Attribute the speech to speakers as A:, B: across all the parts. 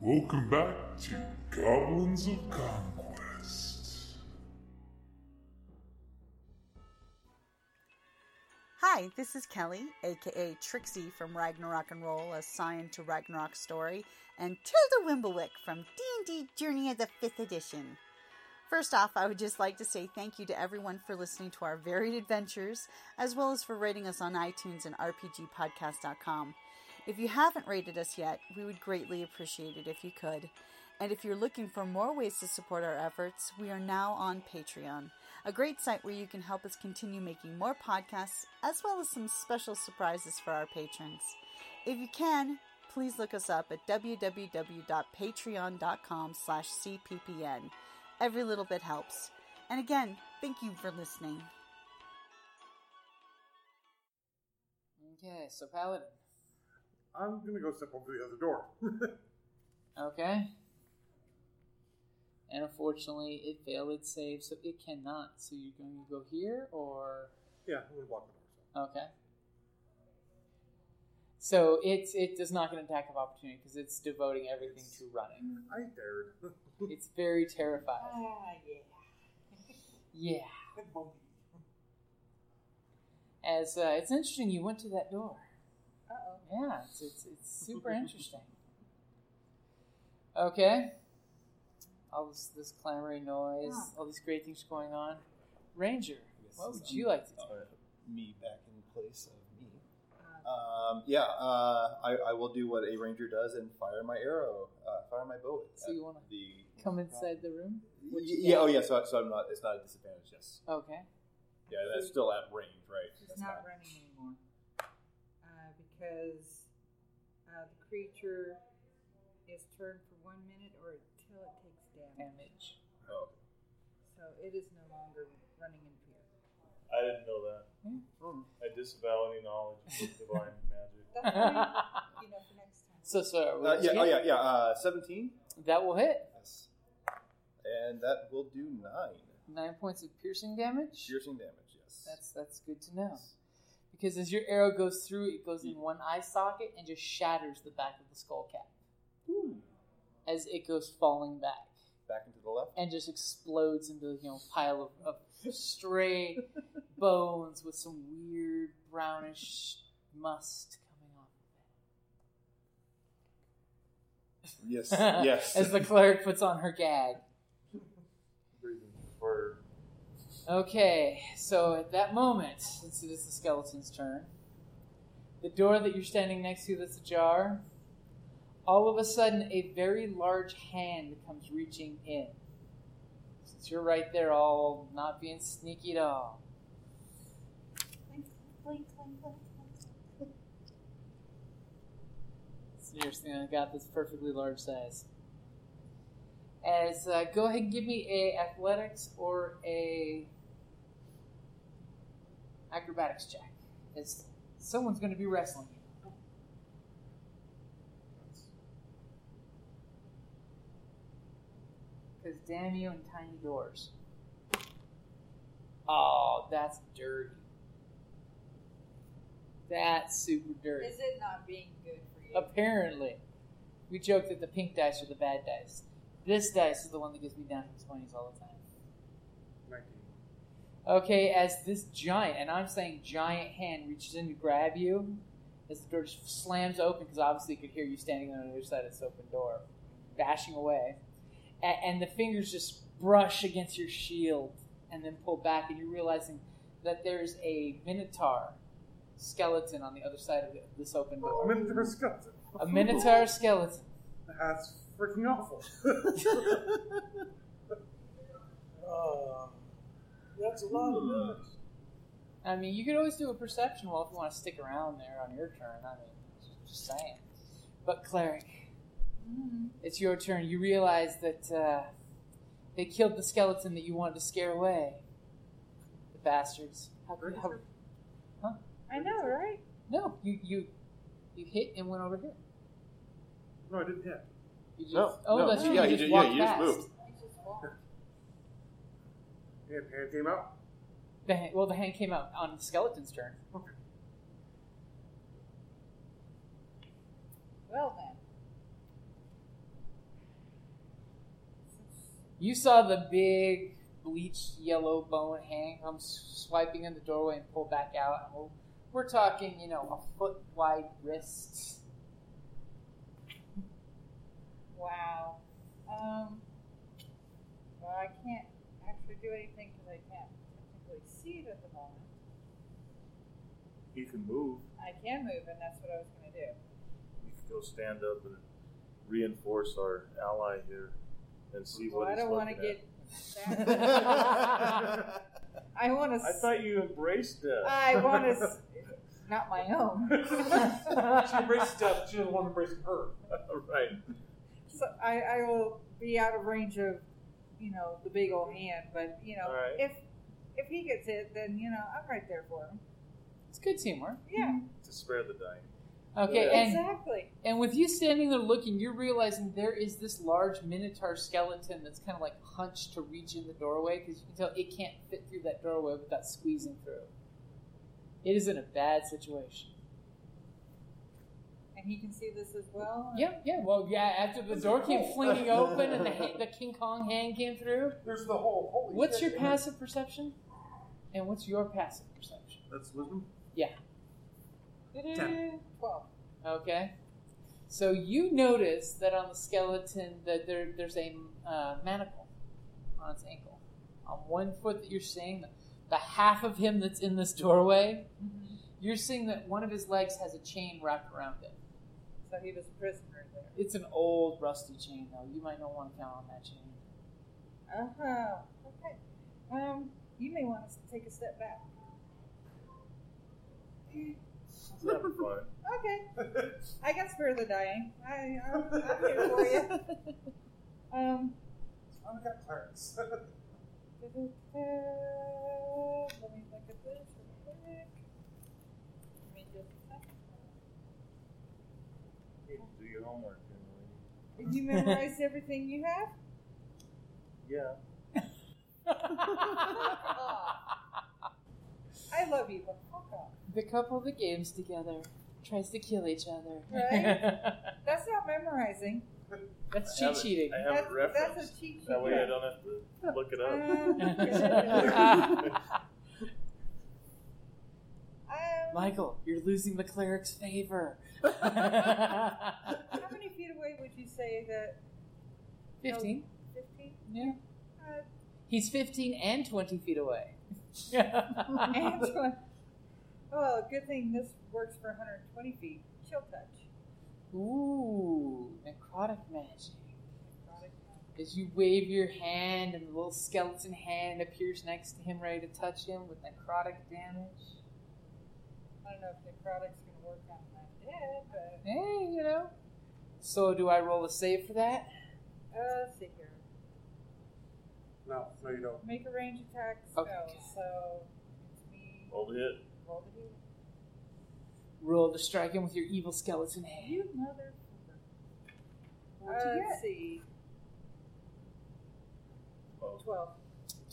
A: Welcome back to Goblins of Conquest.
B: Hi, this is Kelly, aka Trixie from Ragnarok and Roll, assigned to Ragnarok Story, and Tilda Wimblewick from D&D Journey of the 5th Edition. First off, I would just like to say thank you to everyone for listening to our varied adventures, as well as for rating us on iTunes and RPGpodcast.com. If you haven't rated us yet, we would greatly appreciate it if you could. And if you're looking for more ways to support our efforts, we are now on Patreon, a great site where you can help us continue making more podcasts, as well as some special surprises for our patrons. If you can, please look us up at www.patreon.com slash cppn. Every little bit helps. And again, thank you for listening.
C: Okay, so Paladin.
D: I'm gonna go step over the other door.
C: Okay. And unfortunately, it failed its save, so it cannot. So you're going to go here, or
D: yeah, I'm gonna block the door. So.
C: okay. So it it does not get an attack of opportunity because it's devoting everything to running.
D: I dared.
C: It's very terrified.
E: Ah, yeah.
C: Yeah.
E: Good movie.
C: As uh, it's interesting, you went to that door.
E: Uh-oh.
C: Yeah, it's it's, it's super interesting. Okay. All this this clamoring noise, all these great things going on. Ranger,
F: Yes, Oh,
C: what would
F: I'm-
C: you like to do?
F: I'll put Me back in place of me. Um, yeah, uh, I, I will do what a ranger does and fire my arrow, uh, fire my bow.
C: So you wanna
F: the
C: Come inside the room.
F: Y- yeah, oh yeah. So, so I'm not. It's not a disadvantage. Yes.
C: Okay.
F: Yeah, that's still at range, right?
E: She's
F: That's
E: not running anymore. Uh, because uh, the creature is turned for one minute or until it takes damage.
C: Damage.
F: Oh,
E: So it is no longer running in fear.
G: I didn't know that.
C: Hmm.
G: I disavow any knowledge of divine magic.
E: That's fine. you know, for next time.
C: so sorry.
F: Uh, yeah. Oh yeah. Yeah. Uh, Seventeen.
C: That will hit.
F: Yes. And that will do nine
C: Nine points of piercing damage.
F: piercing damage. Yes.
C: That's that's good to know. Because as your arrow goes through, it goes in one eye socket and just shatters the back of the skull cap as it goes falling back.
F: back into the left.
C: and just explodes into you know pile of, of stray bones with some weird brownish must coming off of
F: Yes.
C: it.
F: Yes.
C: As the clerk puts on her gag.
G: Breathing for
C: Okay, so at that moment, since it is the skeleton's turn, the door that you're standing next to that's ajar, all of a sudden a very large hand comes reaching in. Since you're right there, all not being sneaky at all. Seriously, I got this perfectly large size. As uh, go ahead and give me a athletics or a acrobatics check. As someone's going to be wrestling you. Because damn you and tiny doors. Oh, that's dirty. That's super dirty.
E: Is it not being good for you?
C: Apparently. We joke that the pink dice are the bad dice. This dice is the one that gets me down in the 20s all the time.
D: Nineteen.
C: Okay, as this giant, and I'm saying giant hand, reaches in to grab you, as the door just slams open, because obviously you could hear you standing on the other side of this open door, bashing away. A- and the fingers just brush against your shield and then pull back, and you're realizing that there's a minotaur skeleton on the other side of this open
D: Oh,
C: door.
D: I'm in the skeleton.
C: A minotaur skeleton.
D: That's freaking awful.
G: Oh, that's a lot of nuts.
C: I mean, you could always do a perception roll if you want to stick around there on your turn. I mean, just- just saying. But cleric,
E: Mm-hmm.
C: it's your turn. You realize that uh, they killed the skeleton that you wanted to scare away. The bastards. How, how,
E: I know, right?
C: no, you you you hit and went over here.
D: no, I didn't hit.
C: You just,
F: No,
C: oh,
F: no,
C: that's right.
F: yeah,
C: you
F: you
C: just
F: ju- yeah,
C: walked
F: you just
C: past.
F: moved.
E: I just walked.
D: Yeah, hand came out.
C: The hand, well, the hand came out on the skeleton's turn.
E: Well then.
C: You saw the big bleached yellow bone hang come s- swiping in the doorway and pull back out. And we're, we're talking, you know, a foot wide wrist.
E: Wow. Um, well, I can't actually do anything because I can't technically see it at the moment.
H: You can move.
E: I can move, and that's what I was going to do.
H: We can go stand up and reinforce our ally here and see
E: Well,
H: what
E: I
H: he's
E: don't want to
H: looking
E: get. That.
F: I
E: I want to.
H: at. I thought you embraced death.
E: I want to. Not my own.
G: She embraces death. She doesn't want to embrace her.
H: right.
E: so I, I will be out of range of, you know, the big old hand. But you know,
H: All right.
E: if if he gets hit, then you know I'm right there for him.
C: It's good teamwork.
E: Yeah,
H: To spare the dying.
C: Okay,
H: Yeah.
C: and
E: exactly.
C: And with you standing there looking, you're realizing there is this large minotaur skeleton that's kind of like hunched to reach in the doorway because you can tell it can't fit through that doorway without squeezing through. It is in a bad situation.
E: And he can see this as well.
C: Yeah, yeah. Well, yeah. After the door came flinging open and the, ha- the King Kong hand came through,
G: There's the whole. Holy
C: what's your
G: shit.
C: passive perception? And what's your passive perception?
H: That's wisdom.
E: Ten. Twelve.
C: Okay. So you notice that on the skeleton that there there's a uh, manacle on its ankle. On one foot that you're seeing, the, the half of him that's in this doorway,
E: Mm-hmm.
C: you're seeing that one of his legs has a chain wrapped around it.
E: So he was a prisoner there.
C: It's an old rusty chain though. You might not want to count on that chain.
E: Uh huh. Okay. Um, you may want to take a step back.
H: Have fun.
E: Okay. I can spare the dying. I, I'm, I'm here for you. Um,
G: I only got clerics.
E: let me look at this real quick. Let me just
H: You can do your homework.
E: Did you memorize everything you have?
H: Yeah.
E: I love you, but fuck off.
C: the couple that games together tries to kill each other.
E: Right? That's not memorizing.
C: That's cheat
H: I have it-
C: cheating.
H: I have
E: That's,
H: it
E: that's a
H: referenced.
E: cheat sheet.
H: That way I don't have to look it up.
E: Uh, um,
C: Michael, you're losing the cleric's favor.
E: how many feet away would you say that?
C: 15?
E: 15?
C: Yeah.
E: Uh,
C: He's 15 and 20 feet away.
E: Angela. Well, good thing this works for 120 feet. Chill touch.
C: Ooh, necrotic magic. As you wave your hand and the little skeleton hand appears next to him, ready to touch him with necrotic damage.
E: I don't know if necrotic's going to work on that dead, but
C: Hey, you know. So, do I roll a save for that?
E: uh, let's see here.
G: No, no, you don't.
E: Make a range attack spell.
C: Okay.
E: So it's me.
H: Hold it.
E: Roll the d.
C: Roll to strike him with your evil skeleton hand.
E: You mother.
C: What'd you
E: Uh,
C: get?
E: let's see.
H: Oh.
E: 12.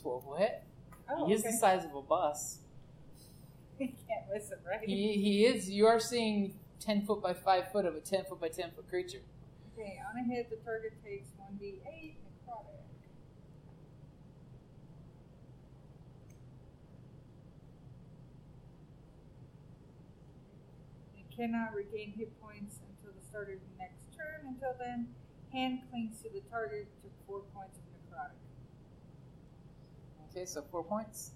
C: 12 will hit.
E: Oh,
C: he is
E: okay.
C: the size of a bus.
E: he can't listen, right?
C: He, he is. You are seeing ten foot by five foot of a ten foot by ten foot creature.
E: Okay, on a hit, the target takes 1d8 necrotic. You cannot regain hit points until the start of your next turn. Until then, hand clings to the target to 4 points of necrotic.
C: Okay, so four points.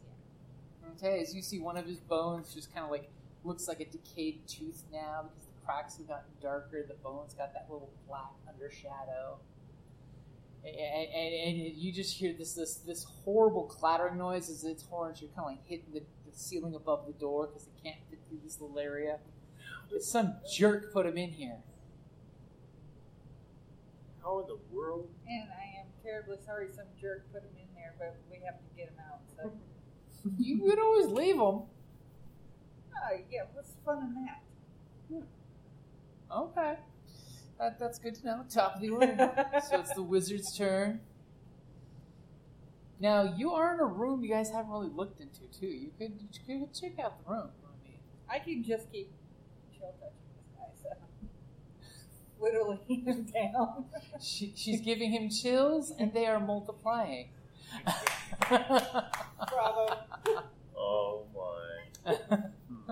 C: Okay, as you see, one of his bones just kind of like looks like a decayed tooth now because the cracks have gotten darker. The bones got that little black undershadow. And, and, and you just hear this, this this horrible clattering noise as its horns are kind of like hitting the, the ceiling above the door because it can't fit through this little area. Some jerk put him in here.
H: How in the world?
E: And I am terribly sorry some jerk put him in there, but we have to get him out. So,
C: You could always leave him.
E: oh, yeah, what's the fun in that?
C: Okay. That, that's good to know. Top of the order. so it's the wizard's turn. Now you are in a room you guys haven't really looked into too. You could, you could check out the room. I mean,
E: I can just keep chill touching this guy, so. whittling him down.
C: She, she's giving him chills, and they are multiplying. Uh,
E: Bravo.
H: Oh my. Hmm.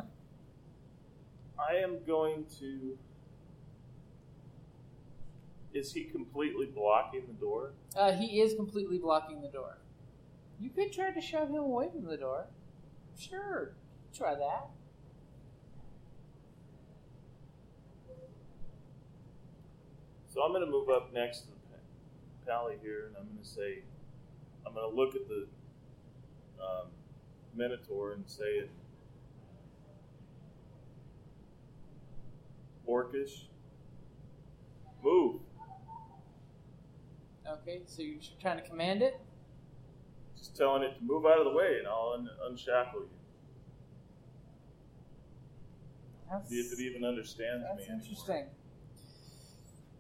H: I am going to. Is he completely blocking the door?
C: uh, he is completely blocking the door. You could try to shove him away from the door. Sure, try that.
H: So I'm going to move up next to the pa- pally here, and I'm going to say, I'm going to look at the um, Minotaur and say it Orcish. Move.
C: Okay, so you're just trying to command it.
H: Just telling it to move out of the way, and I'll un- unshackle you.
C: That's,
H: See if it even understands me.
C: that's
H: anymore.
C: interesting.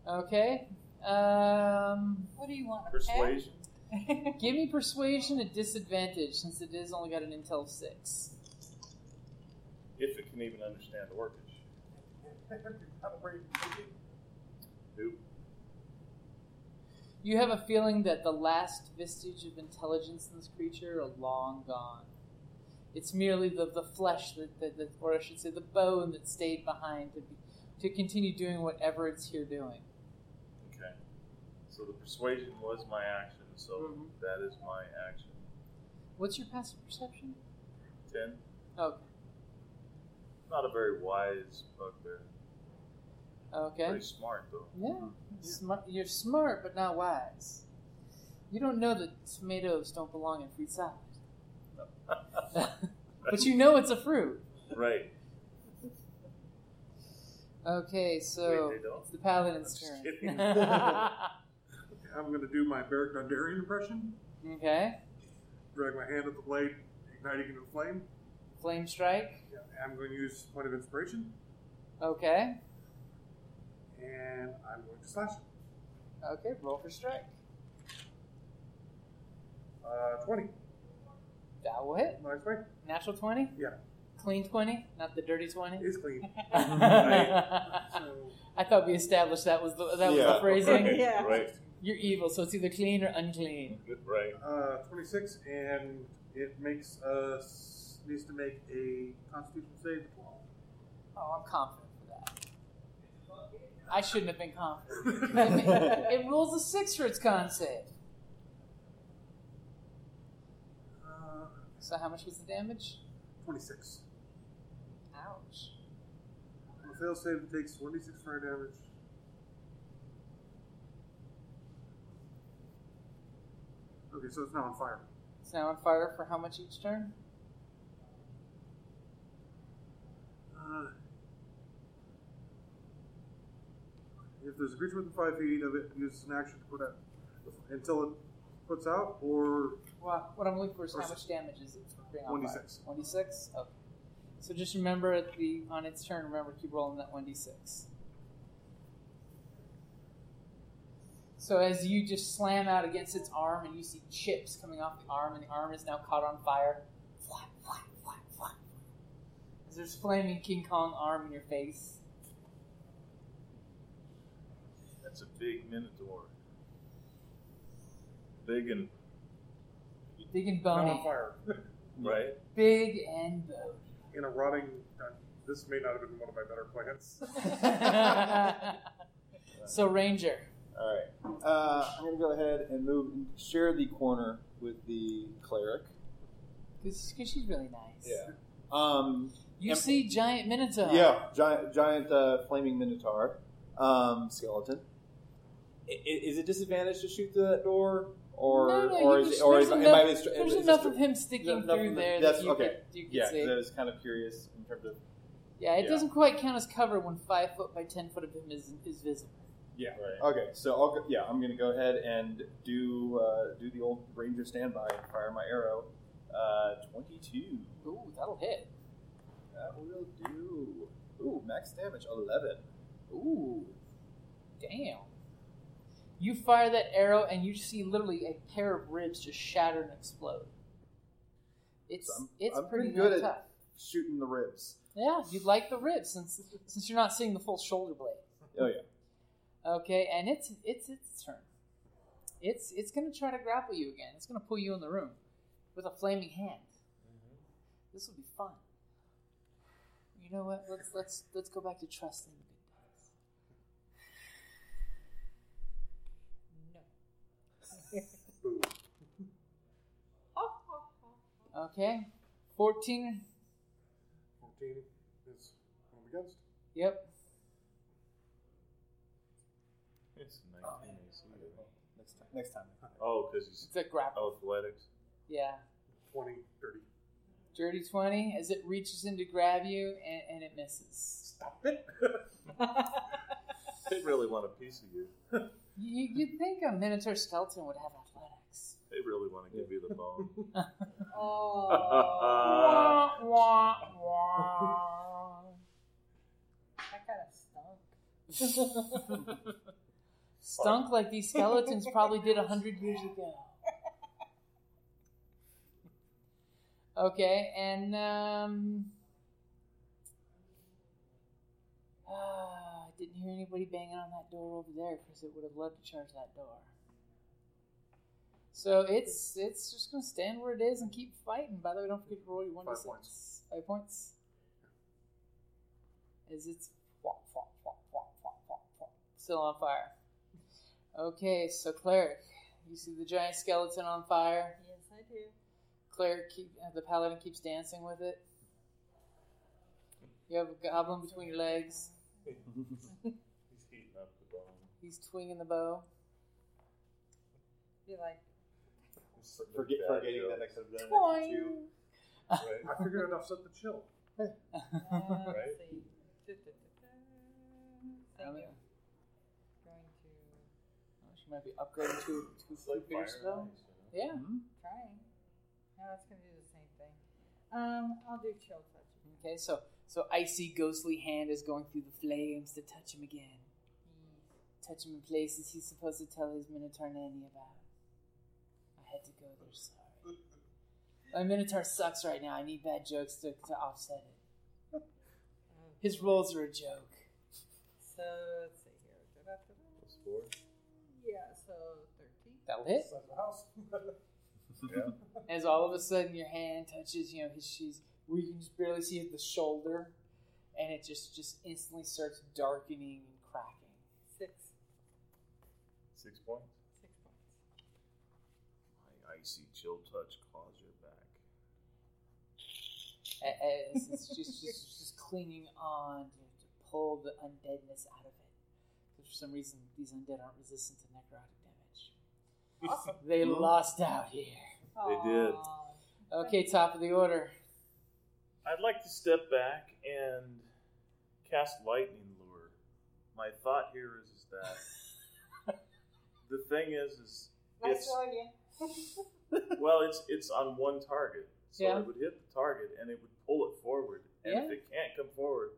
C: Okay, um,
E: What do you want? a pet?
H: Persuasion.
C: give me persuasion at disadvantage since it is only got an intel six.
H: If it can even understand Orcish. Nope.
C: You have a feeling that the last vestige of intelligence in this creature are long gone. It's merely the, the flesh that, that, that, or I should say, the bone that stayed behind to be, to continue doing whatever it's here doing.
H: Okay. So the persuasion was my action, so
C: Mhm.
H: that is my action.
C: What's your passive perception?
H: Ten.
C: Okay.
H: Not a very wise bugbear.
C: Okay.
H: Pretty smart though.
C: Yeah. Smart, you're smart, but not wise. You don't know that tomatoes don't belong in fruit salad. but you know it's a fruit.
H: Right.
C: Okay, so
H: Wait, they don't?
C: it's the paladin's
H: I'm just
C: turn.
D: I'm going to do my Beric Dondarrion impression.
C: okay.
D: Drag my hand at the blade, igniting into flame.
C: Flame strike.
D: Yeah, I'm going to use point of inspiration,
C: Okay.
D: and I'm going to slash it.
C: Okay, roll for strike.
D: Uh, 20.
C: That will hit.
D: Nice way.
C: Natural 20?
D: Yeah.
C: Clean 20? Not the dirty 20?
D: It's clean.
C: I
D: So,
C: thought we established that was the, that was the
F: Yeah,
C: phrasing.
H: Right.
E: Yeah.
H: Right.
C: You're evil, so it's either clean or unclean.
H: Right.
D: uh, 26, and it makes us, needs to make a constitution save.
C: Oh, I'm confident for that. I shouldn't have been confident. it rules a six for its con save.
D: Uh,
C: So how much was the damage?
D: 26.
C: Ouch.
D: On a fail save, it takes 26 fire damage. Okay, so it's now on fire.
C: It's now on fire for how much each turn?
D: Uh, if there's a creature within five feet of it, uses an action to put out until it puts out, or
C: Well, what I'm looking for is
D: Or
C: how
D: s-
C: much damage is it for being on
D: 1d6.
C: fire? 1d6? Okay. So just remember at the on its turn, remember keep rolling that 1d6. So as you just slam out against its arm and you see chips coming off the arm and the arm is now caught on fire. Flap, flap, flap, flap. As there's flaming King Kong arm in your face.
H: That's a big minotaur. Big and
C: Big and
D: now
C: bony.
D: on fire
H: right.
C: Big and bony.
D: in a rotting. dungeon. This may not have been one of my better plans.
C: so Ranger.
F: All right. Uh, I'm going to go ahead and move and share the corner with the cleric.
C: Because she's really nice.
F: Um,
C: You
F: Em-
C: see giant minotaur.
F: Yeah, giant, giant uh, flaming minotaur um, skeleton. I- i- Is it disadvantage to shoot through that door, or
C: no, no,
F: or
C: you
F: is
C: just-
F: it, or
C: there's
F: is
C: enough,
F: am I mis- am
C: there's
F: I mis-
C: enough of him sticking
F: enough
C: through
F: of it.
C: there
F: That's-
C: that you
F: okay.
C: could, you could
F: Yeah,
C: see.
F: that was kind of curious in terms of
C: yeah, it
F: yeah.
C: doesn't quite count as cover when five foot by ten foot of him is, is visible.
F: yeah.
H: Right.
F: Okay, so I'll go, yeah, I'm gonna go ahead and do uh, do the old ranger standby and fire my arrow. Uh, Twenty two.
C: Ooh, that'll hit.
F: That will do. Ooh, max damage eleven.
C: Ooh, damn. You fire that arrow and you see literally a pair of ribs just shatter and explode. It's
F: So I'm-
C: it's
F: I'm
C: pretty
F: pretty good
C: damn
F: at-
C: tough.
F: Shooting the ribs.
C: Yeah, you'd like the ribs since since you're not seeing the full shoulder blade.
F: Oh yeah.
C: Okay, and it's it's its turn. It's it's gonna try to grapple you again. It's gonna pull you in the room with a flaming hand. This will be fun. You know what? Let's let's let's go back to trusting the good days.
E: No.
D: Boom.
C: Okay, fourteen.
D: 14 is what I'm against.
C: Yep.
H: It's 19
F: Oh,
H: AC,
F: Okay,
H: right?
F: well, next time. Next time.
H: Oh, because he's
C: It's a grapple.
H: athletics.
C: Yeah.
D: 20, 30.
C: Dirty 20 as it reaches in to grab you and, and it misses.
D: Stop it.
H: They really want a piece of you.
C: You, you'd think a Minotaur skeleton would have athletics.
H: They really want to give you the bone.
E: Oh,
H: Uh,
C: Wah, wah, wah.
E: that kind of stunk.
C: Stunk like these skeletons probably did a hundred years ago. Okay, and um, ah, I didn't hear anybody banging on that door over there because it would have loved to charge that door. So it's it's just gonna stand where it is and keep fighting. By the way, don't forget to roll your one to
D: Five
C: six.
D: points.
C: Five points. As it's whop, whop, whop, whop, whop, whop, whop. still on fire. Okay, so cleric, you see the giant skeleton on fire.
E: Yes, I do.
C: Claire, keep, uh, the paladin keeps dancing with it. You have a goblin between your legs.
H: he's heating up the bone.
C: He's twinging the bow.
E: Be like,
F: Forget,
H: Bad
F: forgetting that I
H: joke.
F: could have done it too.
H: Right.
D: I figured I'd offset the chill.
E: uh, let's
H: Right.
E: see. Da-da-da-da.
C: Um,
E: Thank you. Going to
C: she might be upgrading to to
H: It's like
C: bigger
H: fire
C: spell.
H: and ice, you know?
C: Yeah.
E: trying. No, it's gonna do the same thing. Um, I'll do chill touch.
C: Okay. So so icy ghostly hand is going through the flames to touch him again. Touch him in places he's supposed to tell his Minotaur nanny about. I had to go there. Sorry. My Minotaur sucks right now. I need bad jokes to, to offset it. His rolls are a joke.
E: So let's see here. Da-da-da-da.
H: Plus four.
E: Yeah, so 13.
C: That'll hit.
D: Size of the house.
C: as all of a sudden your hand touches, you know, his she's where you can just barely see at the shoulder, and it just just instantly starts darkening and cracking.
E: Six.
H: Six points.
E: Six points.
H: My icy chill touch claws your back.
C: A- As it's just just, just clinging on to, to pull the undeadness out of it. 'Cause for some reason, these undead aren't resistant to necrotic damage. They lost out here.
H: They did.
E: Aw.
C: Okay, top of the order.
H: I'd like to step back and cast lightning lure. My thought here is, is that the thing is, is
E: Nice
H: it's
E: knowing you.
H: well, it's it's on one target, so
C: Yeah.
H: it would hit the target and it would pull it forward. And if
C: Yeah.
H: it can't come forward,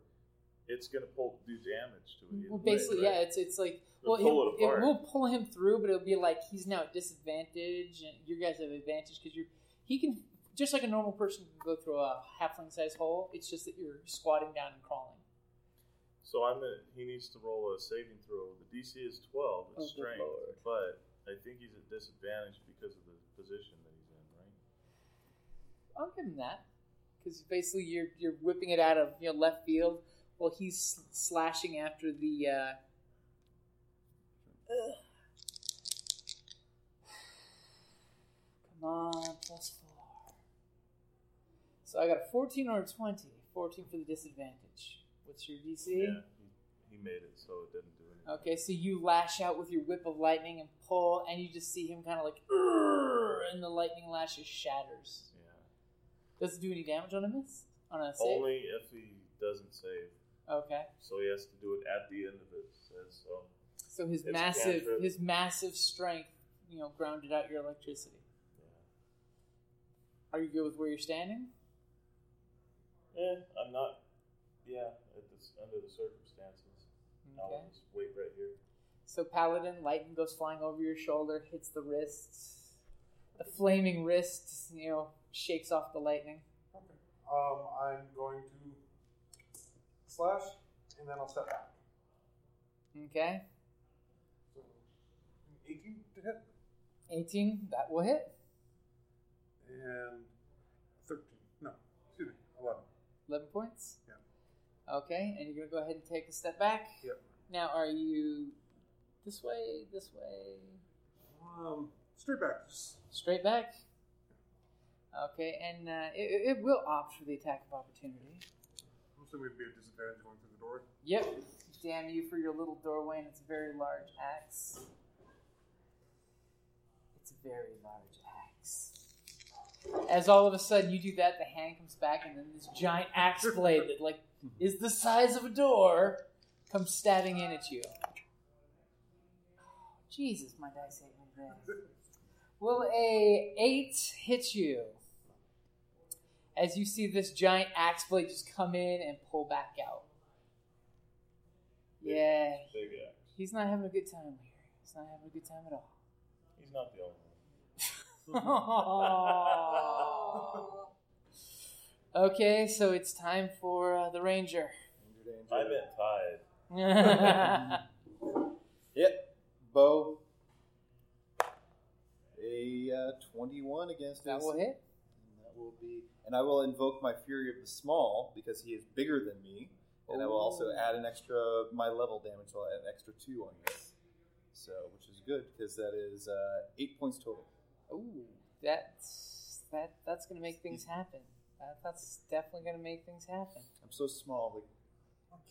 H: it's going to pull do damage to it. either
C: Well,
H: way,
C: basically,
H: right?
C: yeah, it's it's like
H: It'll
C: well,
H: pull
C: he'll-
H: it apart.
C: will pull him through, but it'll be like he's now at disadvantage, and you guys have advantage because you're he can just like a normal person can go through a halfling size hole. It's just that you're squatting down and crawling.
H: So I'm gonna, he needs to roll a saving throw. The DC is 12. It's
C: Oh, good
H: strength,
C: lord.
H: but I think he's at disadvantage because of the position that he's in. Right?
C: I'll give him that because basically you're you're whipping it out of you know left field while he's sl- slashing after the. Uh, Ugh. Come on, plus four. So I got a fourteen or a twenty. Fourteen for the disadvantage. What's your DC?
H: Yeah. He, he made it, so it didn't do anything.
C: Okay, so you lash out with your whip of lightning and pull, and you just see him kind of like, "Urgh," and the lightning lashes shatters.
H: Yeah.
C: Does it do any damage on a miss? On a save?
H: Only if he doesn't save.
C: Okay.
H: So he has to do it at the end of it. Says so.
C: So his
H: It's a
C: massive
H: cantrip.
C: his massive strength, you know, grounded out your electricity.
H: Yeah.
C: Are you good with where you're standing?
H: Eh, I'm not. Yeah, at this, under the circumstances,
C: Okay.
H: I'll just wait right here.
C: So paladin lightning goes flying over your shoulder, hits the wrist. The flaming wrist, you know, shakes off the lightning.
D: Okay. Um, I'm going to slash, and then I'll step back.
C: Okay.
D: 18 to hit
C: 18, that will hit.
D: and 13. No, excuse me, 11.
C: 11 points?
D: Yeah.
C: Okay, and you're going to go ahead and take a step back.
D: Yep.
C: Now, are you this way, this way,
D: Um, straight back. Just-
C: straight back? Okay, and uh, it, it- it will opt for the attack of opportunity.
D: I'm assuming it'd be a disadvantage going through the door.
C: Yep. Damn you for your little doorway and its very large axe. It's a very large axe. As all of a sudden you do that, the hand comes back, and then this giant axe blade that like is the size of a door comes stabbing in at you. Jesus, my dice hate me today. Will a eight hit you? As you see this giant axe blade just come in and pull back out. Yeah,
H: Big axe.
C: He's not having a good time here. He's not having a good time at all.
H: He's not the only one.
C: okay, so it's time for uh, the ranger.
F: Danger, danger.
H: I meant tied.
C: okay,
F: Yep. Bow. A uh, 21 against
C: That
F: AC.
C: will hit.
F: And that will be. And I will invoke my Fury of the Small because he is bigger than me. And I will also
C: Ooh.
F: add an extra, my level damage, so I'll add an extra 2 on this. So, which is good because that is uh, 8 points total.
C: Ooh, that's that. That's gonna make things happen. That, that's definitely gonna make things happen.
F: I'm so small. Like,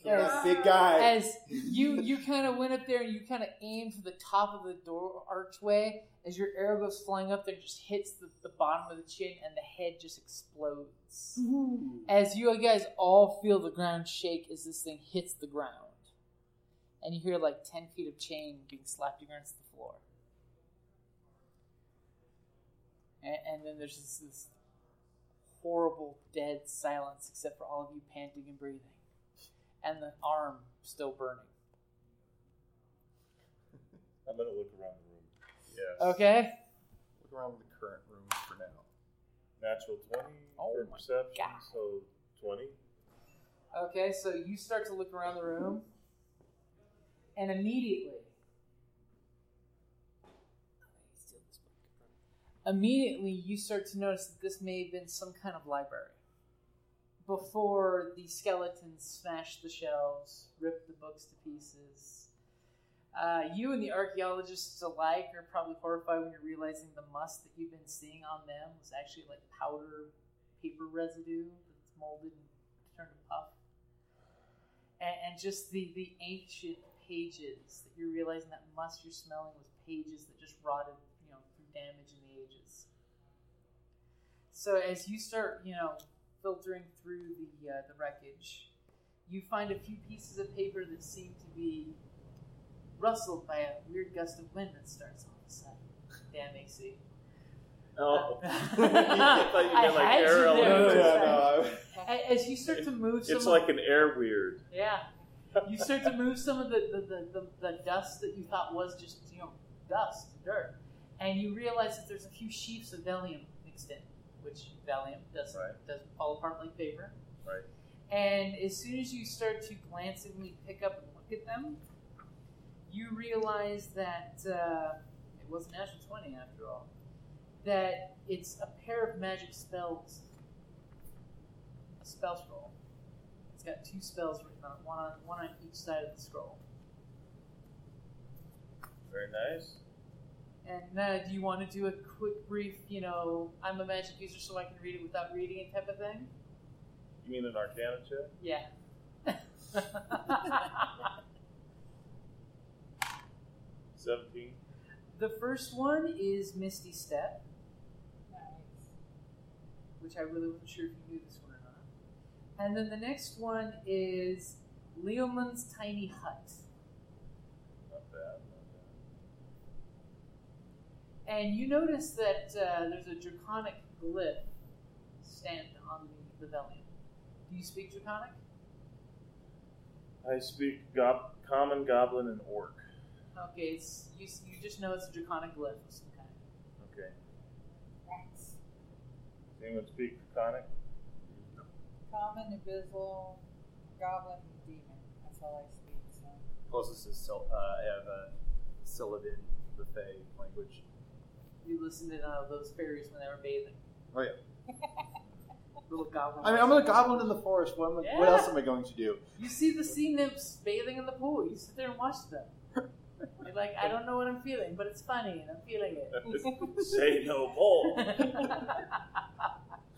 C: Yes.
F: that big guy.
C: As you you kind of went up there and you kind of aimed for the top of the door archway, as your arrow goes flying up there, it just hits the, the bottom of the chin, and the head just explodes. As you guys all feel the ground shake as this thing hits the ground, and you hear like ten feet of chain being slapped against the floor, and, and then there's this, this horrible dead silence, except for all of you panting and breathing and the arm still burning.
H: I'm gonna look around the room.
F: Yes.
C: Okay.
F: Look around the current room for now.
H: Natural twenty
C: Oh
H: for
C: my
H: perception,
C: God.
H: so twenty.
C: Okay, so you start to look around the room, and immediately, immediately you start to notice that this may have been some kind of library. Before the skeletons smashed the shelves, ripped the books to pieces. Uh, you and the archaeologists alike are probably horrified when you're realizing the must that you've been seeing on them was actually like powder paper residue that's molded and turn to puff. And, and just the, the ancient pages that you're realizing that must you're smelling was pages that just rotted, you know, through damage in the ages. So as you start, you know, filtering through the uh, the wreckage, you find a few pieces of paper that seem to be rustled by a weird gust of wind that starts all of a sudden. Damn AC.
H: Oh,
C: I
H: thought you meant like
C: had you
H: aerial.
C: there
H: No,
C: for a
H: no,
C: second.
F: no.
C: A- As you start to move,
H: It's
C: some
H: like an air weird.
C: yeah. You start to move some of the, the, the, the, the dust that you thought was just, you know, dust, dirt. And you realize that there's a few sheaves of Valium mixed in, which Valium doesn't,
F: Right.
C: doesn't fall apart like paper.
F: Right.
C: And as soon as you start to glancingly pick up and look at them, you realize that uh, it was natural 20 after all, that it's a pair of magic spells, a spell scroll. It's got two spells written on it, one on one on each side of the scroll.
H: Very nice.
C: And uh, do you want to do a quick, brief, you know, I'm a magic user, so I can read it without reading it type of thing?
H: You mean an Arcana check?
C: Yeah.
H: Seventeen.
C: the first one is Misty Step, which I really wasn't sure if you knew this one or not. And then the next one is Leoman's Tiny Hut.
H: Not bad. Not bad.
C: And you notice that uh, there's a draconic glyph stamped on the Velium. Do you speak draconic?
H: I speak gob- common goblin and orc.
C: Okay, it's you, you just know it's a draconic glyph of some kind.
H: Okay. Does anyone speak Draconic?
E: Common, invisible, goblin, demon. That's all I speak. So.
F: Closest is Sil- uh, I have uh, Sylvan. the Fey language.
C: You listened to uh, those fairies when they were bathing.
F: Oh yeah.
C: Little goblin.
F: I mean, I'm a goblin in the forest. What, am I, what
C: Yeah.
F: else am I going to do?
C: You see the sea nymphs bathing in the pool. You sit there and watch them. You're like, I don't know what I'm feeling, but it's funny and I'm feeling
H: Say no more.
C: it.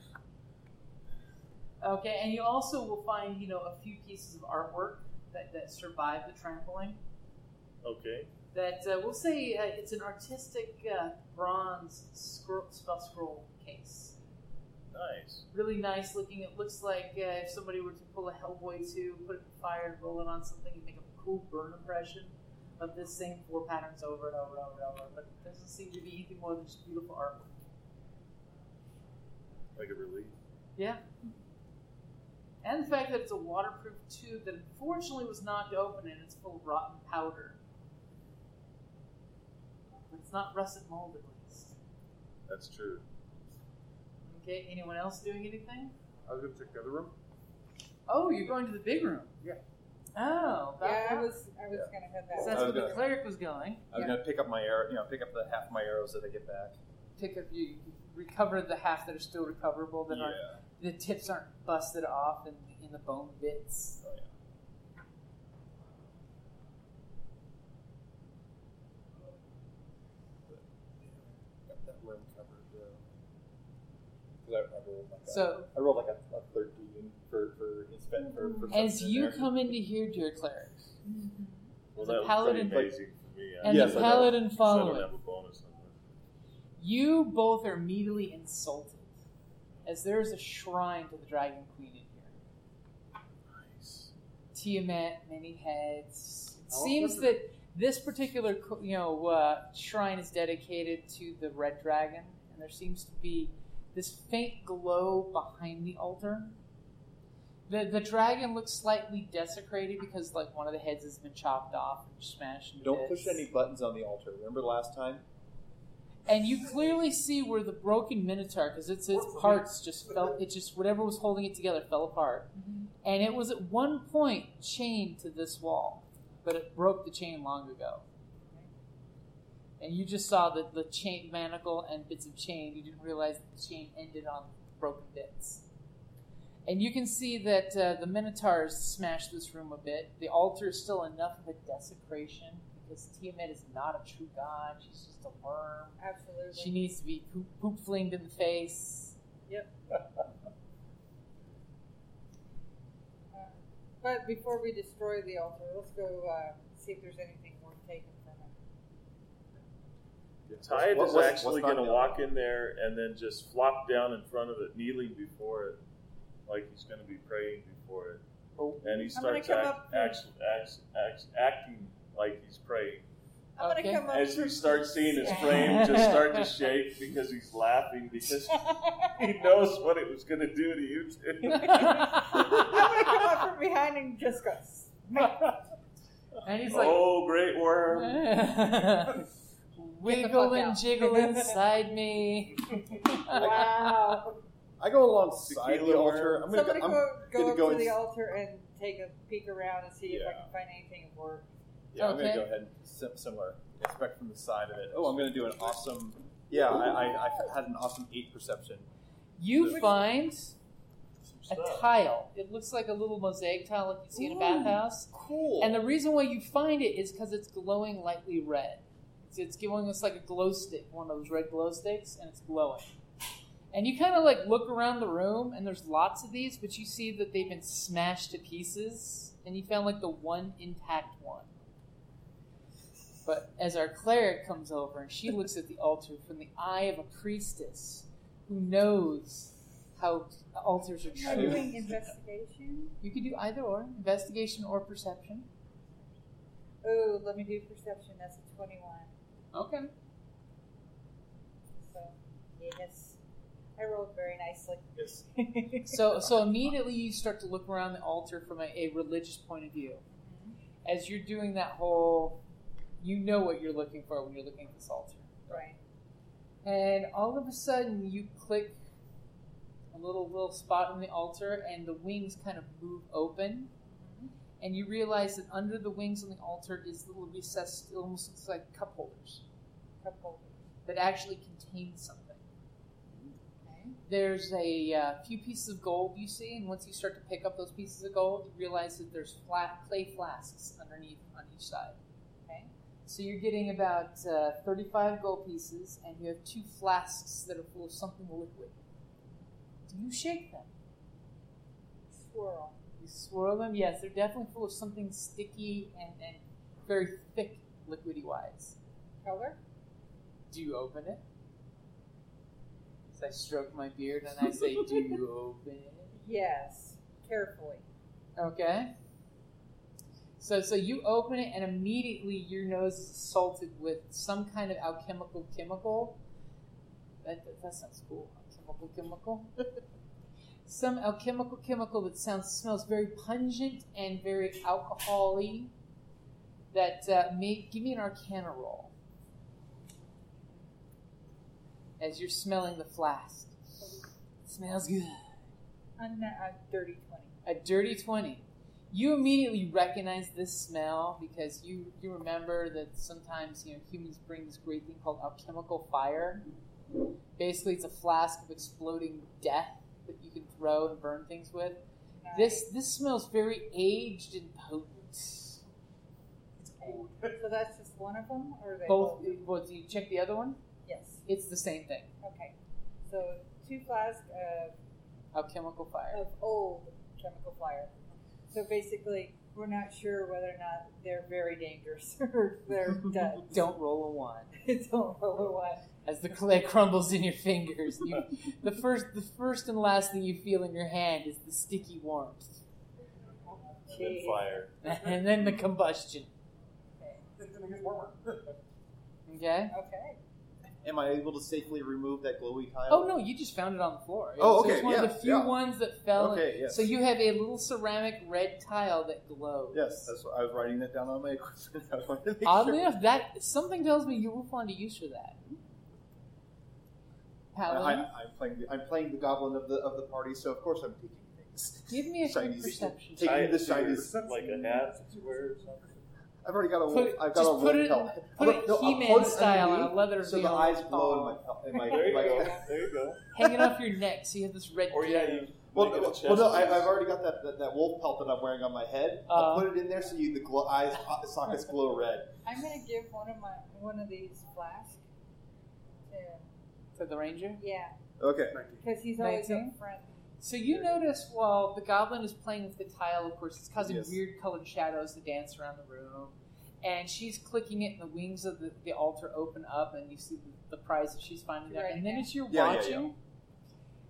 C: okay, and you also will find, you know, a few pieces of artwork that, that survive the trampling.
H: Okay.
C: That uh, we'll say uh, it's an artistic uh, bronze scroll, spell scroll case.
H: Nice.
C: really nice looking. It looks like uh, if somebody were to pull a Hellboy 2, put it in fire, and roll it on something, and make a cool burn impression of this thing four patterns over and over and over and over. But it doesn't seem to be anything more than just beautiful artwork.
H: Like a relief.
C: Yeah. And the fact that it's a waterproof tube that unfortunately was knocked open and it's full of rotten powder. It's not russet mold at least.
H: That's true.
C: Okay, anyone else doing anything?
D: I was going to check the other room.
C: Oh, you're going to the big room.
D: Yeah.
C: Oh, that
E: Yeah, Oh, I
C: was
E: was, I was gonna head that
C: So
E: way.
C: that's
F: I
C: where
F: was
C: the
F: gonna-
C: cleric was going.
F: I'm
E: Yeah.
F: gonna pick up my arrow. You know, pick up the half of my arrows that I get back.
C: Pick up you recover the half that are still recoverable. That aren't
F: Yeah.
C: the tips aren't busted off and in the bone bits.
F: Oh, yeah. Got that room covered though. 'Cause I, I rolled like a-
C: So
F: I rolled like a, a thirteen for for inspect for. for
C: as
F: something in
C: you
F: there.
C: come into here, dear cleric, The
E: Mm-hmm.
H: Well, that was pretty
C: paladin-
H: amazing for me. I-
C: and
F: Yes,
C: the
F: I know.
C: paladin
H: Because I don't
C: following,
H: have a bonus on that.
C: you both are immediately insulted, as there is a shrine to the dragon queen in here.
H: Nice.
C: Tiamat, many heads. It
D: Oh,
C: seems
D: what's
C: that this particular co- you know uh, shrine is dedicated to the red dragon, and there seems to be this faint glow behind the altar. The, the dragon looks slightly desecrated because like one of the heads has been chopped off and smashed into
F: Don't
C: bits.
F: push any buttons on the altar. Remember last time?
C: And you clearly see where the broken minotaur, because it's its parts just fell. It just whatever was holding it together fell apart, and it was at one point chained to this wall, but it broke the chain long ago. And you just saw that the chain manacle and bits of chain. You didn't realize that the chain ended on broken bits. And you can see that uh, the minotaurs smashed this room a bit. The altar is still enough of a desecration because Tiamat is not a true god. She's just a worm. She
E: Absolutely.
C: needs to be poop, poop flinged in the face.
E: Uh, But before we destroy the altar, let's go, uh, see if there's anything worth taking from it.
H: Tiad
F: What-
H: is
F: what's- what's
H: actually
F: not
H: going to
F: done?
H: walk in there and then just flop down in front of it, kneeling before it, like he's going to be praying before it.
C: Oh.
H: And he
E: I'm gonna
H: starts
E: come
H: act,
E: up-
H: act, act, act, acting like he's praying.
E: I'm
C: Okay.
E: gonna come up.
H: As
E: for-
H: you start seeing his frame just start to shake because he's laughing because he knows what it was going to do to you two.
E: I'm gonna come up from behind and just go.
C: and he's like,
H: oh, great worm. Oh.
C: wiggle
E: fuck
C: and
E: out.
C: jiggle inside me.
E: Wow.
F: I go alongside the
H: Tequila
F: altar.
H: worm.
F: I'm
E: So I'm
F: gonna.
E: gonna
F: go, I'm,
E: go,
F: gonna
E: go up
F: go
E: to
F: and
E: the
F: s-
E: altar and take a peek around and see if I
F: Yeah.
E: can find anything of worth.
F: yeah, I'm
C: Okay.
F: gonna go ahead and sim- similar inspect from the side of it. Oh, I'm gonna do an awesome. Yeah, I, I, I had an awesome eight perception.
C: You
F: Which-
C: find
H: Some
C: a
H: stuff.
C: tile. It looks like a little mosaic tile like you see in a bathhouse.
F: Cool.
C: And the reason why you find it is because it's glowing lightly red. It's, it's giving us like a glow stick, one of those red glow sticks, and it's glowing. And you kind of like look around the room, and there's lots of these, but you see that they've been smashed to pieces, and you found like the one intact one. But as our cleric comes over and she looks at the altar from the eye of a priestess who knows how altars are
E: Am I
C: true.
E: doing investigation?
C: You can do either or investigation or perception.
E: Oh, let me do perception. That's a 21.
C: Okay.
E: So, yes. I rolled very nicely.
F: Yes.
C: So, so immediately you start to look around the altar from a, a religious point of view. As you're doing that whole, you know what you're looking for when you're looking at this altar.
E: Right.
C: And all of a sudden, you click a little little spot on the altar, and the wings kind of move open, and you realize that under the wings on the altar is little recessed, it almost looks like cup holders.
E: couple.
C: that actually contains something.
E: Okay.
C: There's a uh, few pieces of gold you see, and once you start to pick up those pieces of gold, you realize that there's flat clay flasks underneath on each side.
E: Okay.
C: So you're getting about uh, 35 gold pieces, and you have two flasks that are full of something liquid. Do you shake them?
E: Swirl.
C: You swirl them? Yes, they're definitely full of something sticky and, and very thick, liquidy wise.
E: Color?
C: Do you open it? As I stroke my beard and I say, Do you open it?
E: Yes. Carefully.
C: Okay. So, so you open it and immediately your nose is assaulted with some kind of alchemical chemical. That, that, that sounds cool. Alchemical chemical. some alchemical chemical that sounds smells very pungent and very alcoholy. That uh, may give me an Arcana roll. As you're smelling the flask, smells good
E: On a dirty 20.
C: a dirty 20 you immediately recognize this smell because you, you remember that sometimes you know humans bring this great thing called alchemical fire basically it's a flask of exploding death that you can throw and burn things with
E: Nice.
C: this this smells very aged and potent
E: So that's just one of them, or are they
C: both well do you check the other one
E: Yes.
C: it's the same thing
E: Okay. So two uh, flasks of
C: alchemical fire
E: of old chemical fire. So basically, we're not sure whether or not they're very dangerous or they're dead.
C: don't roll a one
E: Don't roll a one.
C: as the clay crumbles in your fingers. You, the first, the first and last thing you feel in your hand is the sticky warmth,
H: Then
E: Jeez.
H: fire.
C: and then the combustion.
D: It's gonna get warmer.
C: Okay.
E: Okay.
F: Am I able to safely remove that glowy tile?
C: Oh no, you just found it on the floor.
F: Oh,
C: So
F: okay,
C: it's one
F: yeah,
C: of the few
F: yeah.
C: ones that fell. in-
F: Okay, yes.
C: So you have a little ceramic red tile that glows.
F: Yes, that's what I was writing that down on my equipment. I wanted to make
C: Oddly
F: sure.
C: enough, that something tells me you will find a use for that.
F: I,
C: Paladin,
F: am playing. The, I'm playing the goblin of the of the party, so of course I'm taking things.
C: give me a
F: Chinese-
C: perception.
F: Taking
H: Tie it
F: the
H: to your-
F: shiniest-
H: like a hat that you wear or something.
F: I've already got a.
C: Put
F: Wolf,
C: it-
F: I've got
C: just
F: a
C: put
F: wolf
C: it-
F: pelt.
C: put it
F: I'll
C: He-Man
F: fold it
C: style on a
F: underneath
C: leather
F: so the
C: veil
F: eyes
C: and
F: glow in
C: fall.
F: my pel- in my.
H: There you
F: my
H: go. There you go.
C: hanging off your neck, so you have this red.
H: Or yeah,
C: tile.
H: you
F: Well,
H: make it a
F: no,
H: chest
F: well, no I,
H: piece.
F: I've already got that, that, that wolf pelt that I'm wearing on my head. I'll
C: Uh.
F: put it in there so you the glo- eyes uh, sockets glow red.
E: I'm gonna give one of my one of these flasks to
C: to the ranger.
E: yeah,
F: Okay.
E: because he's always
C: Nineteen?
E: up front.
C: So you notice while the goblin is playing with the tile, of course, it's causing
F: Yes.
C: weird colored shadows to dance around the room. And she's clicking it, and the wings of the, the altar open up, and you see the, the prize that she's finding there.
E: Right
C: And then as you're
F: Yeah, yeah,
C: watching,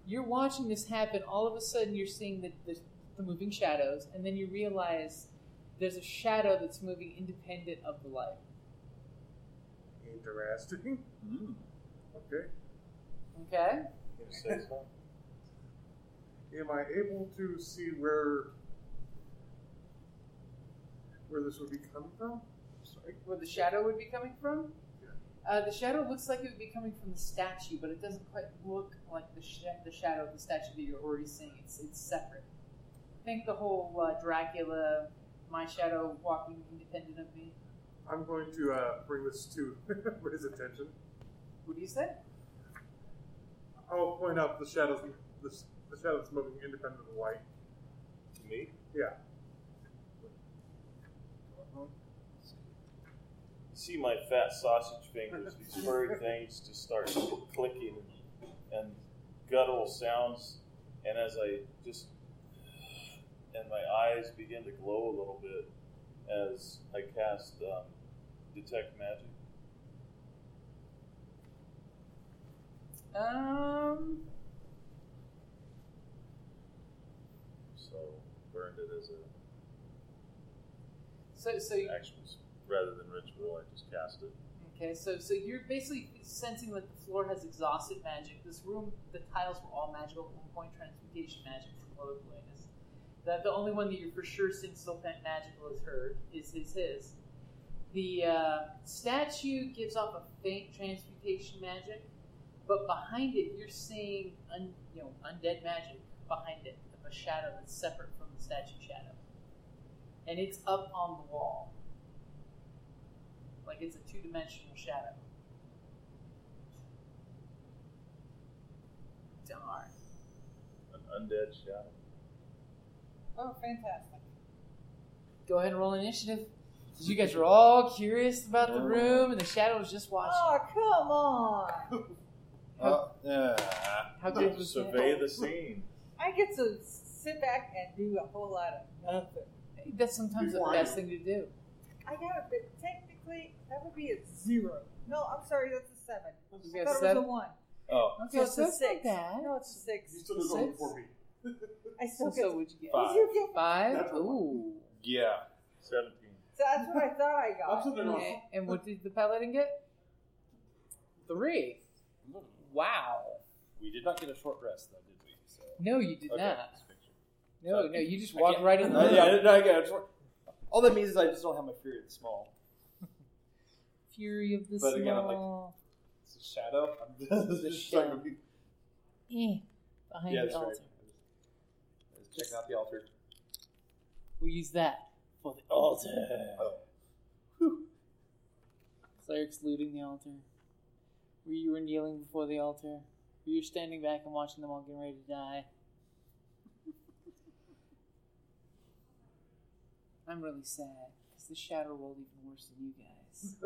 C: you're watching this happen. All of a sudden, you're seeing the, the, the moving shadows, and then you realize there's a shadow that's moving independent of the light.
D: Interesting.
C: Hmm.
F: Mm.
D: Okay.
C: Okay?
H: You gonna say something?
D: Am I able to see where where this would be coming from? Sorry.
C: Where the shadow would be coming from?
D: Yeah.
C: Uh, the shadow looks like it would be coming from the statue, but it doesn't quite look like the, sh- the shadow of the statue that you're already seeing. It's, it's separate. I think the whole uh, Dracula, my shadow walking independent of me.
D: I'm going to uh, bring this to his attention.
C: What do you say?
D: I'll point out the shadows. The, s- the shadows moving independent of the light.
H: To me?
D: Yeah.
H: You see my fat sausage fingers, these furry things just start clicking and guttural sounds. And as I just, and my eyes begin to glow a little bit as I cast um, Detect Magic.
C: Um,
H: So burned it as an
C: so, so
H: action s- rather than ritual. I just cast it.
C: Okay, so so you're basically sensing that the floor has exhausted magic. This room, the tiles were all magical at one point, transmutation magic from Lord Blaine's. That the only one that you're for sure since still that magical is her is is his. The uh, statue gives off a faint transmutation magic, but behind it you're seeing un, you know undead magic behind it of a shadow that's separate from the statue shadow, and it's up on the wall. Like it's a two dimensional shadow.
E: Darn.
H: An undead shadow.
E: Oh, fantastic.
C: Go ahead and roll initiative. 'Cause You guys were all curious about the
H: Yeah.
C: room and the shadows just watching.
E: Oh, come on.
F: Oh, yeah.
C: How good was that?
H: Survey the scene.
E: I get to sit back and do a whole lot of nothing.
C: That's sometimes the best thing to do.
E: I got a bit, technically, that would be a zero. No, I'm sorry, that's a seven.
C: You
E: I
C: got
E: thought it was
C: seven?
E: a one.
F: Oh,
E: So it's a
C: that's not
E: six.
C: bad.
E: No, it's a six.
G: You still don't go
C: Six?
G: before me.
E: I
C: So,
E: still
C: so
E: get
C: what'd you get?
F: Five.
E: You get
C: Five?
G: That's a
C: Ooh.
F: yeah.
H: 17.
E: So that's what I thought I got. Um,
G: I'm still going
C: And, and what did the paladin get? Three. Wow.
F: We did not get a short rest, though, did we? So,
C: No, you did
F: okay.
C: not. No,
F: So-
C: no, you just
F: I
C: walked
F: can't-
C: right in.
F: Uh, yeah, I
C: The
F: did not get a short All that means is I just don't have my fury of the small.
C: fury of the
F: But again, I'm like-
C: small.
F: It's a shadow. I'm just, just trying to be-
C: Eh, behind
F: Yeah,
C: the
F: that's right.
C: altar.
F: I was Checking out the altar.
C: We use that for the altar.
F: Oh.
C: Cleric's looting the altar. Where you were kneeling before the altar. Where you were standing back and watching them all getting ready to die. I'm really sad because the shadow rolled even worse than you guys.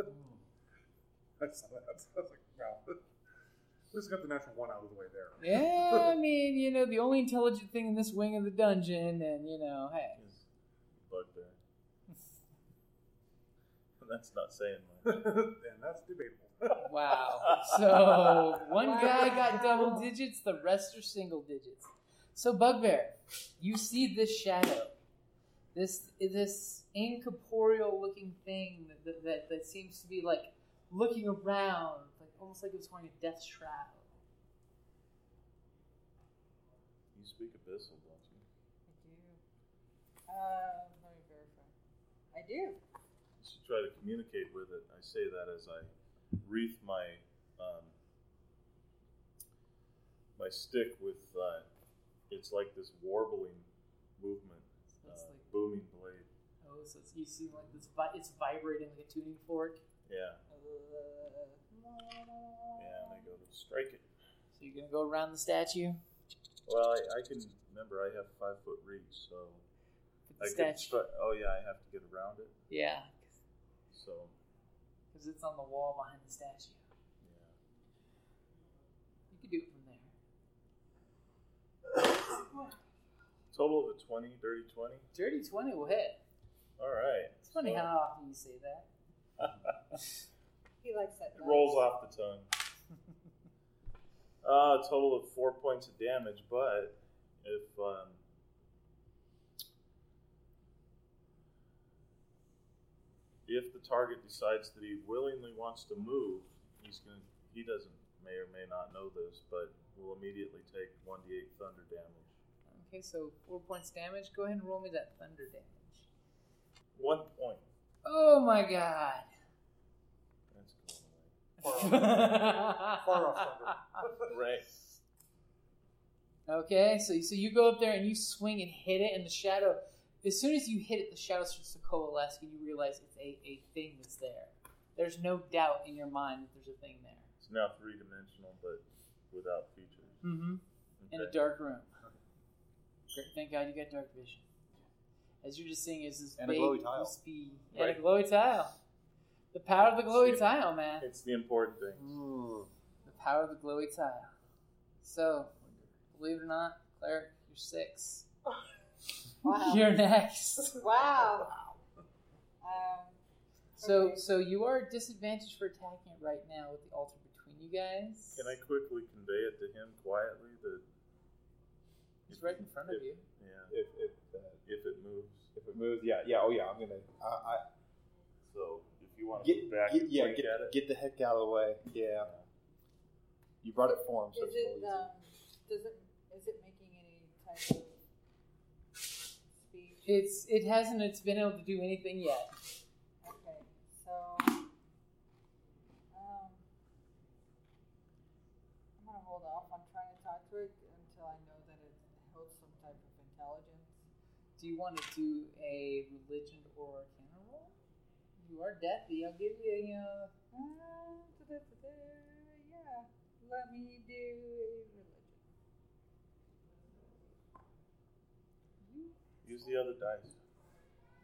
D: I saw that. I was like, wow. We just got the natural one out of the way there.
C: yeah, I mean, you know, the only intelligent thing in this wing of the dungeon, and you know, hey,
H: Is bugbear. That's not saying much.
D: and that's debatable.
C: wow. So one guy got double digits, the rest are single digits. So Bugbear, you see this shadow, this this incorporeal-looking thing that, that that seems to be like looking around, like almost like it was wearing a death shroud.
H: You speak abyssal, don't you?
E: I do. Um, let me verify. I do.
H: You should try to communicate with it. I say that as I wreath my um, my stick with uh, it's like this warbling movement,
C: So
H: uh,
C: it's like
H: booming blade.
C: oh, so it's, you see like this, vi- it's vibrating like a tuning fork.
H: Yeah, yeah. And I go to strike it.
C: So you're gonna go around the statue.
H: Well, I, I can remember I have five foot reach, so
C: Put
H: I
C: the
H: can
C: statue.
H: strike. Oh yeah, I have to get around it.
C: Yeah,
H: So
C: because it's on the wall behind the statue.
H: yeah,
C: You could do it from there.
H: total of a twenty, dirty twenty.
C: Dirty 20 will hit.
H: All right.
C: It's funny
H: So-
C: how often you say that.
E: He likes that.
H: It rolls off the tongue. Uh, a total of four points of damage, but if um, if the target decides that he willingly wants to move, he's going. to He doesn't may or may not know this, but will immediately take one d eight thunder damage.
C: Okay, so four points damage. Go ahead and roll me that thunder damage.
H: One point.
C: Oh my god.
H: That's cool.
G: Far off thunder.
H: Right.
C: okay, so, so you go up there and you swing and hit it, and the shadow, as soon as you hit it, the shadow starts to coalesce, and you realize it's a, a thing that's there. There's no doubt in your mind that there's a thing there.
H: It's now three dimensional, but without features.
C: Mm-hmm. in a
H: Okay.
C: dark room. Great, thank God you got dark vision. As you're just seeing, is this
F: And a
C: big,
F: glowy tile.
C: wispy,
H: Right.
C: and a glowy tile. The power of the glowy
H: Yeah.
C: tile, man.
H: It's the important thing.
F: Hmm.
C: The power of the glowy tile. So, believe it or not, cleric, you're six.
E: Wow.
C: You're next.
E: Wow. Um,
C: So,
E: Okay.
C: so you are at disadvantage for attacking it right now with the altar between you guys.
H: Can I quickly convey it to him quietly that
C: It's right in front of you.
H: yeah,
F: If, if, uh,
H: if it moves.
F: if it moves, yeah, yeah, oh yeah, I'm gonna. I, I,
H: So if you want to
F: get,
H: get back
F: get,
H: and
F: yeah,
H: blink
F: get,
H: at it,
F: get the heck out of the way. Yeah. You brought it for him, so
E: is
F: it's
E: it
F: really easy.
E: um, does it is it making any type of speech?
C: It's it hasn't it's been able to do anything yet.
E: Okay, so um, I'm gonna hold off on trying to talk to it until I know that it holds some type of intelligence.
C: Do you want to do a religion or arcana roll? You are deathy. I'll give you a. Uh,
E: Uh, da-da-da-da, yeah, let me do a religion.
H: Use the other dice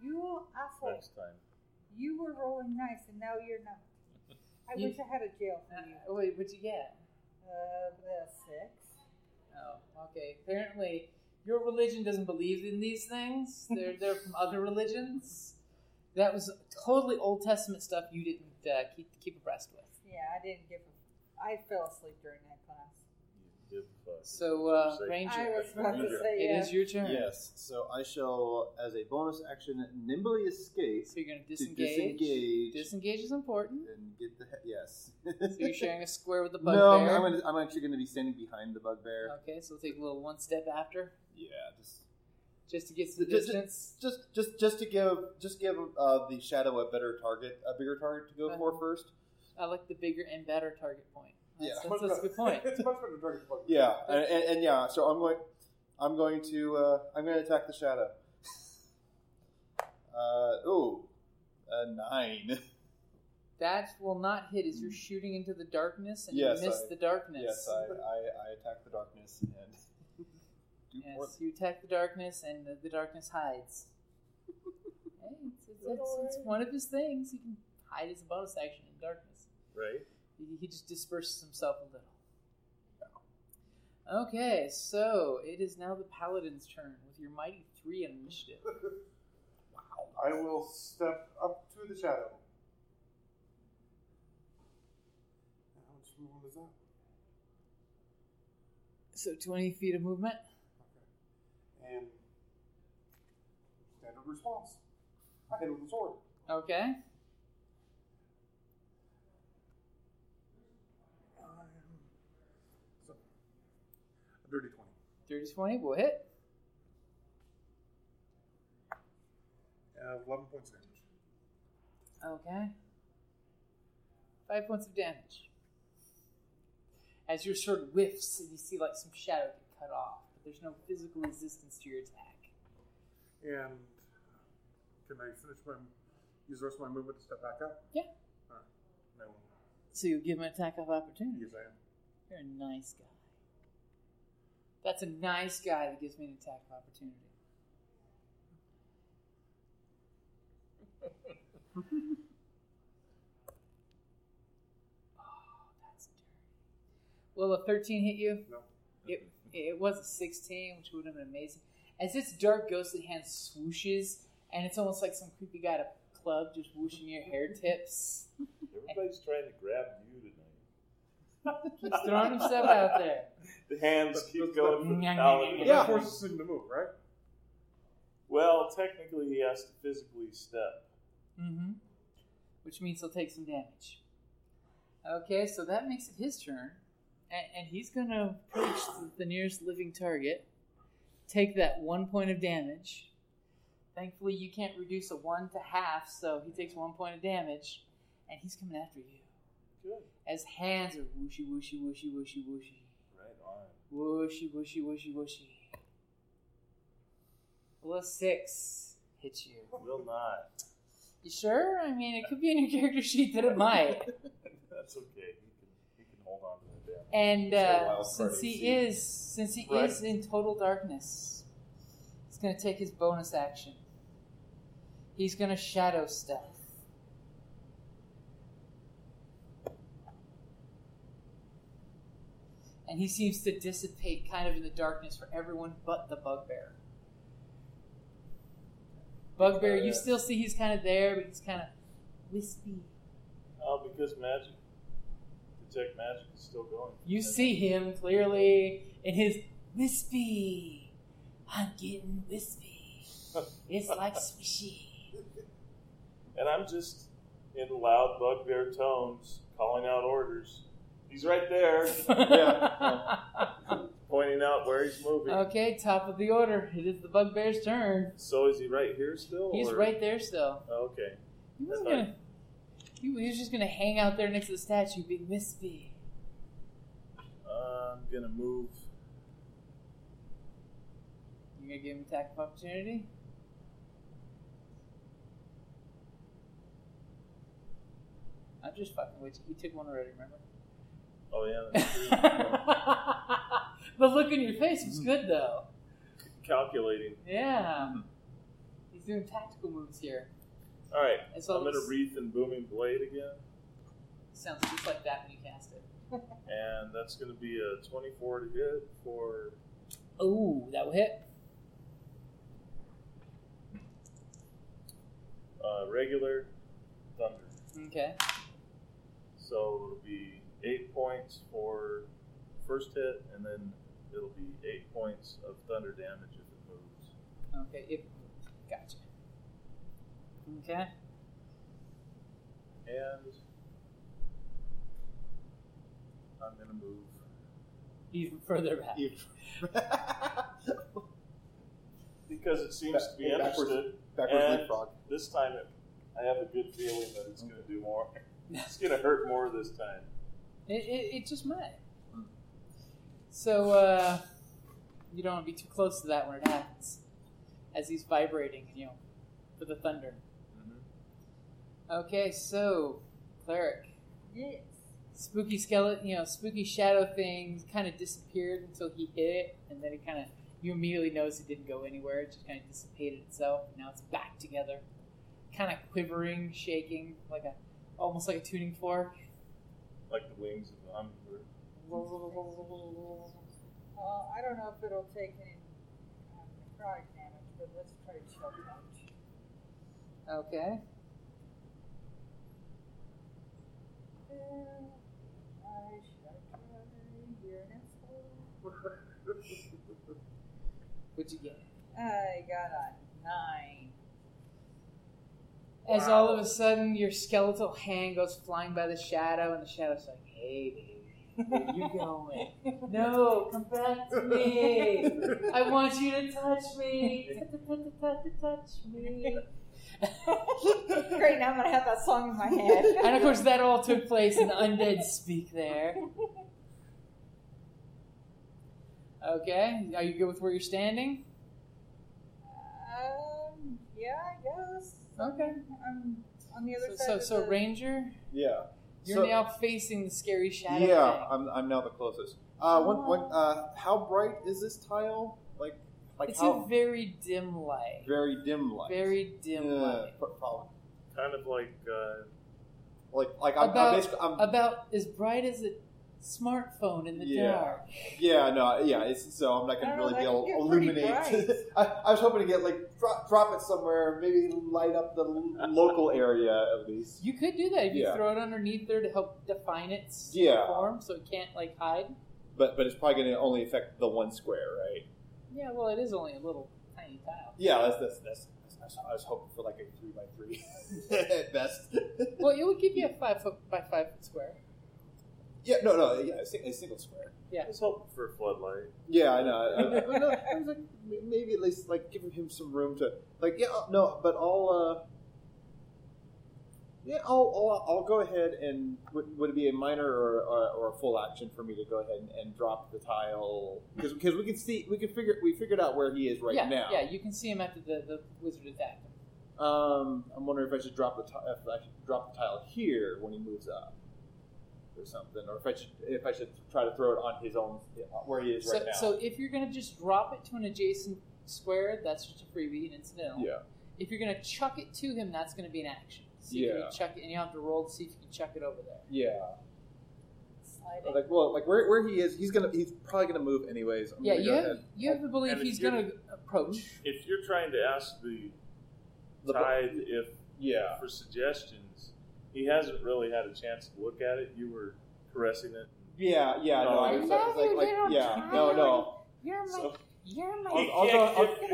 E: You asshole.
H: next time.
E: You were rolling nice and now you're not. I
C: You-
E: wish I had a jail for you.
C: Uh, wait, what'd you get?
E: Uh, the six.
C: Oh, okay. Apparently, your religion doesn't believe in these things. They're they're from other religions. That was totally Old Testament stuff you didn't uh, keep keep abreast with.
E: Yeah, I didn't give a. I fell asleep during that class.
H: You give a fuck.
C: So, uh,
H: That's what I'm saying.
C: Ranger,
E: I was about to
H: Ranger.
E: say uh,
C: it
E: yeah.
C: is your turn.
F: Yes. So I shall, as a bonus action, nimbly escape
C: So you're going to
F: to
C: disengage.
F: disengage
C: Disengage is important.
F: and get the he- yes.
C: So you're sharing a square with the bugbear.
F: no, I'm, gonna, I'm actually going to be standing behind the bugbear.
C: Okay, so take a little one step after,
F: Yeah, just
C: just to get some
F: Just-
C: distance.
F: just just just to give just give uh, the shadow a better target, a bigger target to go for first.
C: I like the bigger and better target point. That's,
F: Yeah.
C: that's, that's a good point.
D: it's much better to target the bugbear.
F: Yeah, and, and, and yeah. So I'm going, I'm going to uh, I'm going to attack the shadow. Uh, ooh, a nine.
C: That will not hit as you're shooting into the darkness and
F: Mm. Yes,
C: you miss
F: I-
C: the darkness.
F: Yes, I, I, I attack the darkness and do
C: Yes,
F: more.
C: you attack the darkness and the, the darkness hides. hey, it's, it's, it's, it's one of his things. He can hide as a bonus action in darkness.
F: Right.
C: He, he just disperses himself a little. Okay, so it is now the paladin's turn with your mighty three in initiative.
D: I will step up to the shadow. How much movement is that?
C: So twenty feet of movement.
D: Okay. And standard response. I hit him with a sword.
C: Okay.
D: So, a dirty 20.
C: Dirty 20 will hit.
D: Uh, 11 points of damage.
C: Okay. Five points of damage. As your sword whiffs and you see like some shadow get cut off, but there's no physical resistance to your attack.
D: And can I finish my, use the rest of my movement to step back up?
C: Yeah.
D: All right. No.
C: So you give him an attack of opportunity.
D: Yes, I am.
C: You're a nice guy. That's a nice guy that gives me an attack of opportunity. oh, that's dirty. Will a 13 hit you?
D: No.
C: It, it was a 16, which would have been amazing. As its dark ghostly hand swooshes, and it's almost like some creepy guy at a club just whooshing your hair tips.
H: Everybody's trying to grab you tonight.
C: Keeps throwing himself out there.
H: The hands
D: But-
H: keep
D: but-
H: going. for
C: but-
H: the paladin.
D: Yeah. That forces him to move, right?
H: Well, technically, he has to physically step.
C: Mm-hmm. Which means he'll take some damage. Okay, so that makes it his turn. And, and he's going to approach the- the nearest living target, take that one point of damage. Thankfully, you can't reduce a one to half, so he takes one point of damage, and he's coming after you.
H: Good.
C: As hands are whooshy, whooshy, whooshy, whooshy, whooshy.
H: Right on.
C: Whooshy, whooshy, whooshy, whooshy. Well, a six hits you.
H: Will not.
C: You sure? I mean, it could be in your character sheet that it might.
H: That's okay. He can he can hold on to the damage.
C: And
F: It's a
C: uh,
F: wild
C: since
F: card
C: he
F: AC.
C: is since he
H: Right.
C: is in total darkness, he's going to take his bonus action. He's going to shadow stealth. And he seems to dissipate kind of in the darkness for everyone but the bugbear. Bugbear, you
F: Uh,
C: still see he's kind of there, but he's kind of wispy.
H: Oh, because magic, detect magic is still going.
C: You see him clearly in his wispy. I'm getting wispy. It's like swishy.
H: And I'm just in loud bugbear tones calling out orders. He's right there, pointing out where he's moving.
C: okay, top of the order. It is the bugbear's turn.
H: So is he right here still?
C: He's
H: or-
C: right there still.
H: Oh, okay.
C: He was
H: That's
C: gonna. He was just gonna hang out there next to the statue, being wispy.
H: I'm gonna move.
C: You gonna give him attack of opportunity? I'm just fucking with you. You took one already, remember?
H: Oh yeah, that's true.
C: the look on your face was good though.
H: calculating.
C: Yeah. doing tactical moves here.
H: All right,
C: And so
H: I'm going to
C: it's-
H: wreath and booming blade again,
C: Sounds just like that when you cast it.
H: and that's going to be a 24 to hit for
C: Ooh, that will hit.
H: uh, regular thunder.
C: Okay.
H: So it'll be eight points for first hit, and then it'll be eight points of thunder damage if it moves.
C: Okay, if gotcha. Okay.
H: And I'm going to move.
C: Even further back.
H: Because it seems to be
F: Back- backwards.
H: interested,
F: Backwards
H: And-
F: leapfrog.
H: this time it, I have a good feeling that it's going to do more. it's going to hurt more this time.
C: It, it, it just might. So, uh, you don't want to be too close to that when it happens. As he's vibrating, you know, for the thunder. Okay, so, cleric.
E: Yes.
C: Spooky skeleton, you know, spooky shadow thing kind of disappeared until he hit it, and then it kind of, you immediately notice it didn't go anywhere. It just kind of dissipated itself, and now it's back together. Kind of quivering, shaking, like a, almost like a tuning fork.
H: Like the wings of the hummingbird.
E: Well, I don't know if it'll take any uh, necrotic damage, but let's try chill touch.
C: Okay.
E: Uh, I should try urinal.
C: What'd you get?
E: I got a nine.
C: As all of a sudden your skeletal hand goes flying by the shadow, and the shadow's like, hey, baby, where you going? no, come back to me. I want you to touch me. touch me.
E: Great, now I'm gonna have that song in my head.
C: And of course, that all took place in undead speak there. Okay, are you good with where you're standing?
E: Um, yeah, I guess.
C: Okay.
E: I'm on the
C: So,
E: other side.
C: so,
E: of
C: so
E: the,
C: Ranger,
F: Yeah.
C: you're
F: So-
C: now facing the scary shadow.
F: yeah,
C: thing.
F: I'm, I'm now the closest. Uh, one, one,
C: Oh.
F: uh, how bright is this tile? Like, like
C: it's
F: how
C: a very dim light.
F: very dim light.
C: Very dim
F: Yeah,
C: light.
F: pro- probably.
H: Kind of like uh,
F: Like, like I'm,
C: About-
F: I'm basically, I'm,
C: About as bright as a smartphone in the
F: Yeah.
C: dark.
F: yeah, no, yeah. It's, so I'm not
E: I
F: gonna
E: don't know,
F: really be
E: that
F: able
E: could
F: to
E: get pretty
F: illuminate. I, I was hoping to get like drop, drop it somewhere, maybe light up the l- local area at least.
C: You could do that if you
F: Yeah.
C: throw it underneath there to help define its
F: Yeah.
C: form so it can't like hide.
F: But but it's probably gonna only affect the one square, right?
C: Yeah, well it is only a little tiny tile.
F: Yeah, that's that's that's. that's I was hoping for like a three by three at best.
C: Well it would give you a five foot by five foot square.
F: Yeah, no, no, yeah, a sing- a single square.
H: I was hoping for a floodlight.
F: Yeah, I know. I, I, I know. I was like, m- maybe at least like giving him some room to like, yeah, uh, no, but I'll, uh, yeah, I'll, I'll, I'll go ahead and would, would it be a minor or, or, or a full action for me to go ahead and, and drop the tile because we can see we can figure we figured out where he is right
C: yeah,
F: now.
C: yeah, you can see him after the, the wizard attacked him.
F: Um, I'm wondering if I should drop the ti- if I should drop the tile here when he moves up. Or something, or if I should if I should try to throw it on his own where he is
C: So,
F: right now.
C: so if you're gonna just drop it to an adjacent square, that's just a freebie and it's no.
F: yeah.
C: If you're gonna chuck it to him, that's gonna be an action. See if you
F: Yeah.
C: can chuck it and you have to roll to see if you can chuck it over there.
F: Yeah.
E: Slide
F: Or
E: it.
F: Like well, like where, where he is, he's gonna he's probably gonna move anyways. I'm
C: Yeah,
F: gonna
C: you
F: go
C: have,
F: ahead.
C: you have to believe
H: And if
C: he's
H: you're-
C: going to approach.
H: If you're trying to ask the
F: The-
H: tithe if
F: Yeah,
H: for suggestions, he hasn't really had a chance to look at it. You were caressing it.
F: yeah, yeah. No,
H: No,
F: I was, I was
B: no, you
F: like,
B: don't
F: like yeah,
B: try.
F: no, no.
B: You're my,
H: So
B: you're my.
F: I'll- I'll go-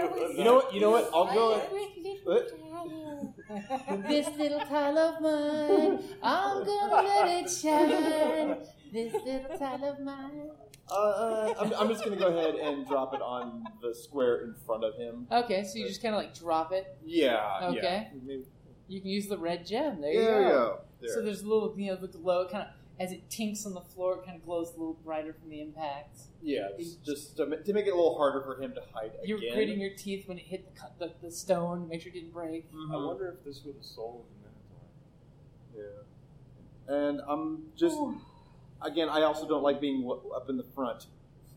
F: I'll- You know what? You know what? I'll
B: my
F: go.
B: wicked
F: What?
B: child. this little tile of mine, I'm gonna let it shine. This little tile of mine.
F: Uh, uh, I'm, I'm just gonna go ahead and drop it on the square in front of him.
C: Okay, so you just kind of like drop it.
F: Yeah.
C: Okay.
F: Yeah. Maybe-
C: You can use the red gem. There
F: There
C: you
F: you
C: go.
F: go. There.
C: So there's a little, you know, the glow kind of as it tinks on the floor, it kind of glows a little brighter from the impact.
F: yeah, just, just to, ma- to make it a little harder for him to hide
C: You're
F: again.
C: gritting your teeth when it hit the, cu- the, the stone, make sure it didn't break.
H: I
F: Mhm.
H: wonder if this was the soul of the Minotaur.
F: Yeah. And I'm just again. I also don't like being w- up in the front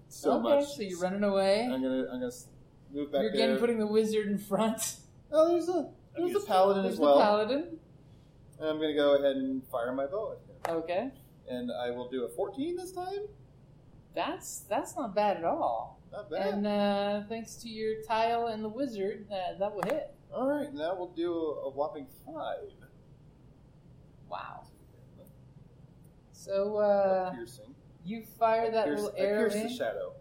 F: so
C: okay,
F: much.
C: so you're running away.
F: I'm gonna I'm gonna s- move back
C: You're
F: there.
C: again putting the wizard in front.
F: Oh, there's a there's a
H: used-
F: paladin
C: There's
F: as
C: the
F: well.
C: paladin.
F: I'm gonna go ahead and fire my bow at him,
C: Okay,
F: and I will do a 14 this time.
C: that's that's not bad at all.
F: Not bad.
C: And uh, thanks to your tile and the wizard, uh, that will hit.
F: All right, now we'll do a, a whopping five
C: Wow. So uh,
F: of piercing.
C: you fire that
F: Pierce-
C: little
F: I
C: arrow,
F: pierce the
C: in,
F: shadow.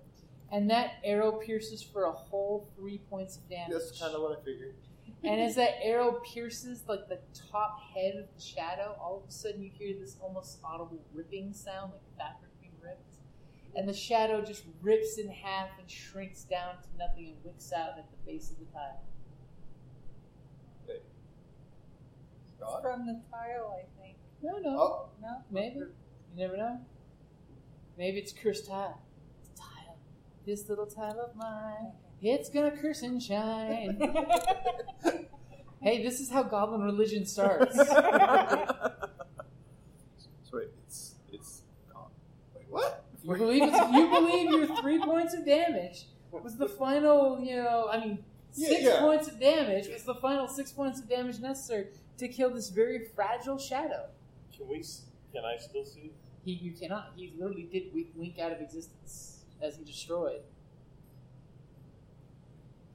C: and that arrow pierces for a whole three points of damage.
F: That's kind of what I figured.
C: And as that arrow pierces like the top head of the shadow, all of a sudden you hear this almost audible ripping sound, like fabric being ripped. And the shadow just rips in half and shrinks down to nothing and wicks out at the base of the tile.
E: It's
F: Scott?
E: from the tile, I think.
C: No, no,
F: Oh,
E: No?
C: maybe. You never know. Maybe it's cursed tile. It's tile. This little tile of mine. It's gonna curse and shine. hey, this is how goblin religion starts.
F: Oh. so wait, it's it's gone. Wait, what?
C: You believe it's, you believe your three points of damage was the final, you know, I mean,
F: Yeah,
C: six
F: yeah.
C: points of damage was the final six points of damage necessary to kill this very fragile shadow.
H: Can we? s- Can I still see?
C: He, you cannot. He literally did wink, wink out of existence as he destroyed.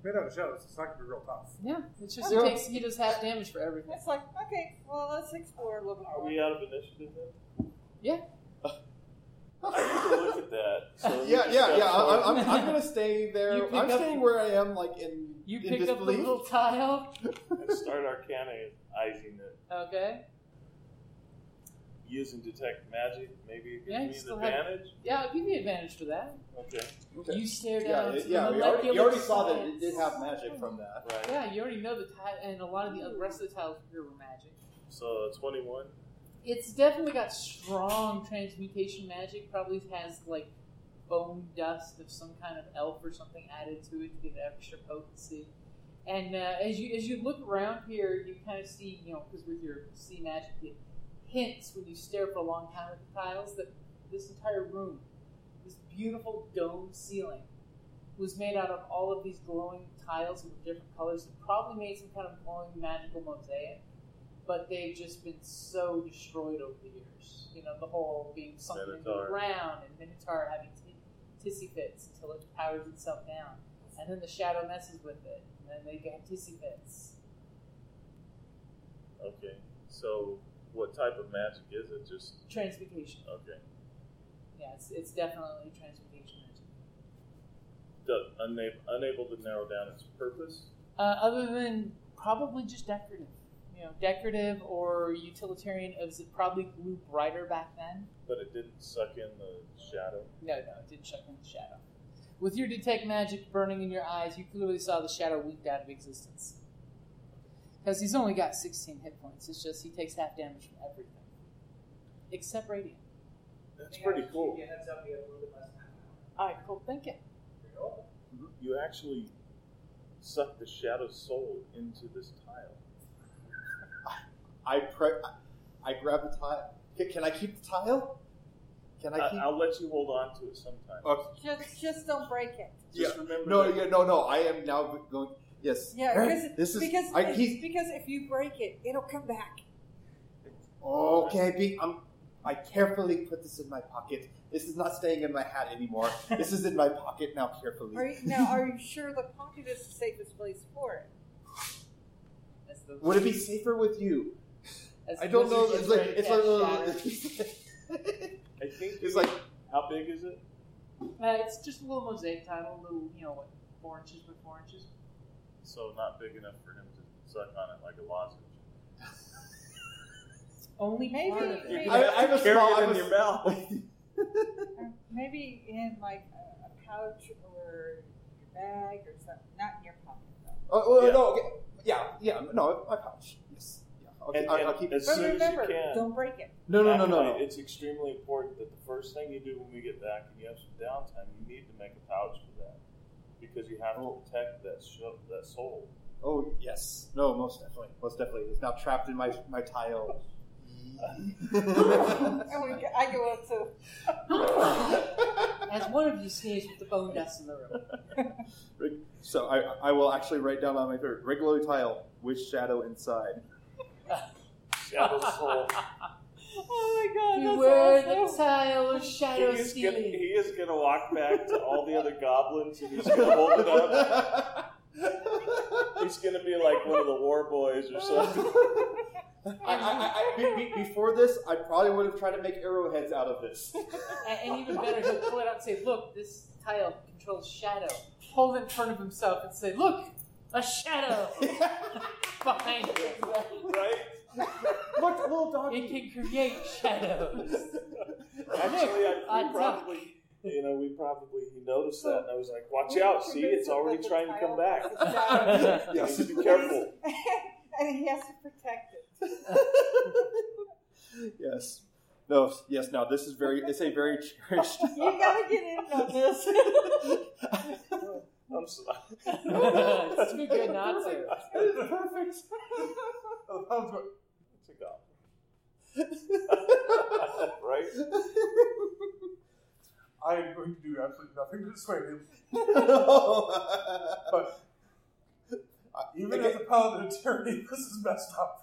D: Made out of shadows, it's not gonna be real tough.
C: Yeah, it's just it takes. He does half damage for everything.
E: It's like, okay, well, let's explore a little bit
H: Are
E: more.
H: we out of initiative then?
C: Yeah.
H: I need to look at that. So we
F: Yeah,
H: just
F: yeah,
H: got
F: yeah. I, I'm,
H: started.
F: I'm gonna stay
C: You
F: there.
C: pick
F: I'm
C: up-
F: staying where I am, like in
C: You
F: in
C: pick up the
F: disbelief.
C: little tile.
H: and start arcanizing it.
C: Okay.
H: Using detect magic, maybe it gives
C: Yeah, you
H: me
C: still
H: an
C: have-
H: advantage.
C: Yeah, I'll give you advantage for that.
H: Okay,
F: Okay.
C: You stare
F: yeah,
C: down.
F: it-
C: to the
F: yeah. we already-
C: molecular
F: you already saw that it
C: science.
F: did have magic from that.
H: right.
C: Yeah, you already know the tile, and a lot of the rest of the tiles here were magic.
H: So twenty-one.
C: It's definitely got strong transmutation magic. Probably has like bone dust of some kind of elf or something added to it to give it extra potency. And uh, as you as you look around here, you kind of see you know because with your sea magic, it hints when you stare for a long time at the tiles that this entire room, this beautiful dome ceiling, was made out of all of these glowing tiles with different colors. It probably made some kind of glowing magical mosaic but they've just been so destroyed over the years. You know, the whole being sunken into the
H: Minotaur.
C: ground and Minotaur having t- tissy fits until it powers itself down. And then the shadow messes with it, and then they get tissy fits.
H: Okay. So what type of magic is it? Just
C: Transmutation.
H: okay.
C: Yeah, it's, it's definitely transmutation magic.
H: Do- unable, unable to narrow down its purpose.
C: Uh, other than probably just decorative. You know, decorative or utilitarian, it was probably blue brighter back then.
H: But it didn't suck in the shadow.
C: No, no, it didn't shut in the shadow. With your detect magic burning in your eyes, you clearly saw the shadow winked out of existence. Because he's only got 16 hit points. It's just he takes half damage from everything. Except radiant.
H: That's pretty cool.
C: Alright, cool. Thank you.
H: You actually sucked the shadow's soul into this tile.
F: I pre- I grab the tile. Can, can I keep the tile? Can I
H: I,
F: keep?
H: Uh, I'll let you hold on to it sometime.
F: Okay.
E: Just, just don't break it.
H: Just remember
F: No,
H: that-
F: yeah, no, no. I am now going. Yes.
E: Yeah, because
F: this is
E: because,
F: I,
E: if,
F: he,
E: because if you break it, it'll come back.
F: okay. Be, I'm, I carefully put this in my pocket. This is not staying in my hat anymore. this is in my pocket now. Carefully.
E: Are you, now, are you sure the pocket is the safest place for it?
C: That's the,
F: Would it be safer with you?
C: that's
F: I
C: the
F: don't know.
C: wizard
F: It's like
C: getting
F: it's
C: ready
F: like,
C: to catch
H: I think
F: it's like
H: how big is it?
C: shadow. Uh, it's just a little mosaic title, a little, you know, what, four inches by four inches.
H: So not big enough for him to suck on it like a lozenge.
C: Only
E: Maybe-
C: part of it.
E: maybe-
F: I, I have a
H: Carry
F: small.
H: it
F: I
H: in
F: have a
H: your mouth.
E: Or maybe in like a, a pouch or your bag or something. Not in your pocket though.
F: Oh, oh,
H: Yeah.
F: no. Okay. Yeah, yeah. No, my pouch. Yes. Yeah. Okay.
H: And-
F: I'll,
H: and
F: I'll keep.
H: as
E: But
H: soon
E: remember,
H: as you can.
E: don't break it.
F: No, no, no, no,
H: Actually,
F: no.
H: It's extremely important that the first thing you do when we get back and you have some downtime, you need to make a pouch for that because you have
F: Oh.
H: to protect that sho that soul.
F: Oh yes, no, most definitely, most definitely. It's now trapped in my my tile.
E: And we, go- I go up to
C: As one of you sneezed with the bone dust in the room.
F: So I, I will actually write down on my third regular tile with shadow inside.
H: Shadow Soul.
C: oh my god,
E: Beware
C: that's awesome.
E: the tile of
H: He
E: shadow
H: is, gonna,
E: stealing.
H: he is gonna walk back to all the other goblins and he's gonna hold it up. He's gonna be like one of the war boys or something.
F: I, I, I, be- be- before this, I probably would have tried to make arrowheads out of this.
C: And, and even better, he'll pull it out and say, "Look, this tile controls shadow." Hold it in front of himself and say, "Look, a shadow behind it.
H: Right?
F: Look, little
C: It
F: doggy.
C: can create shadows."
H: Actually, I,
C: I
H: we probably, you know, we probably he noticed that, and I was like, "Watch out! See, it's already trying to come back. You
F: Yes.
H: need to be careful."
E: and he has to protect it.
F: yes. No. Yes. Now this is very. It's a very cherished.
E: You gotta get in on this.
H: I'm sorry.
C: it's too good not to.
F: Perfect. I love it.
H: It's a goblin. right?
D: I am going to do absolutely nothing to dissuade him.
F: No.
D: But even as a paladin of tyranny, this is messed up.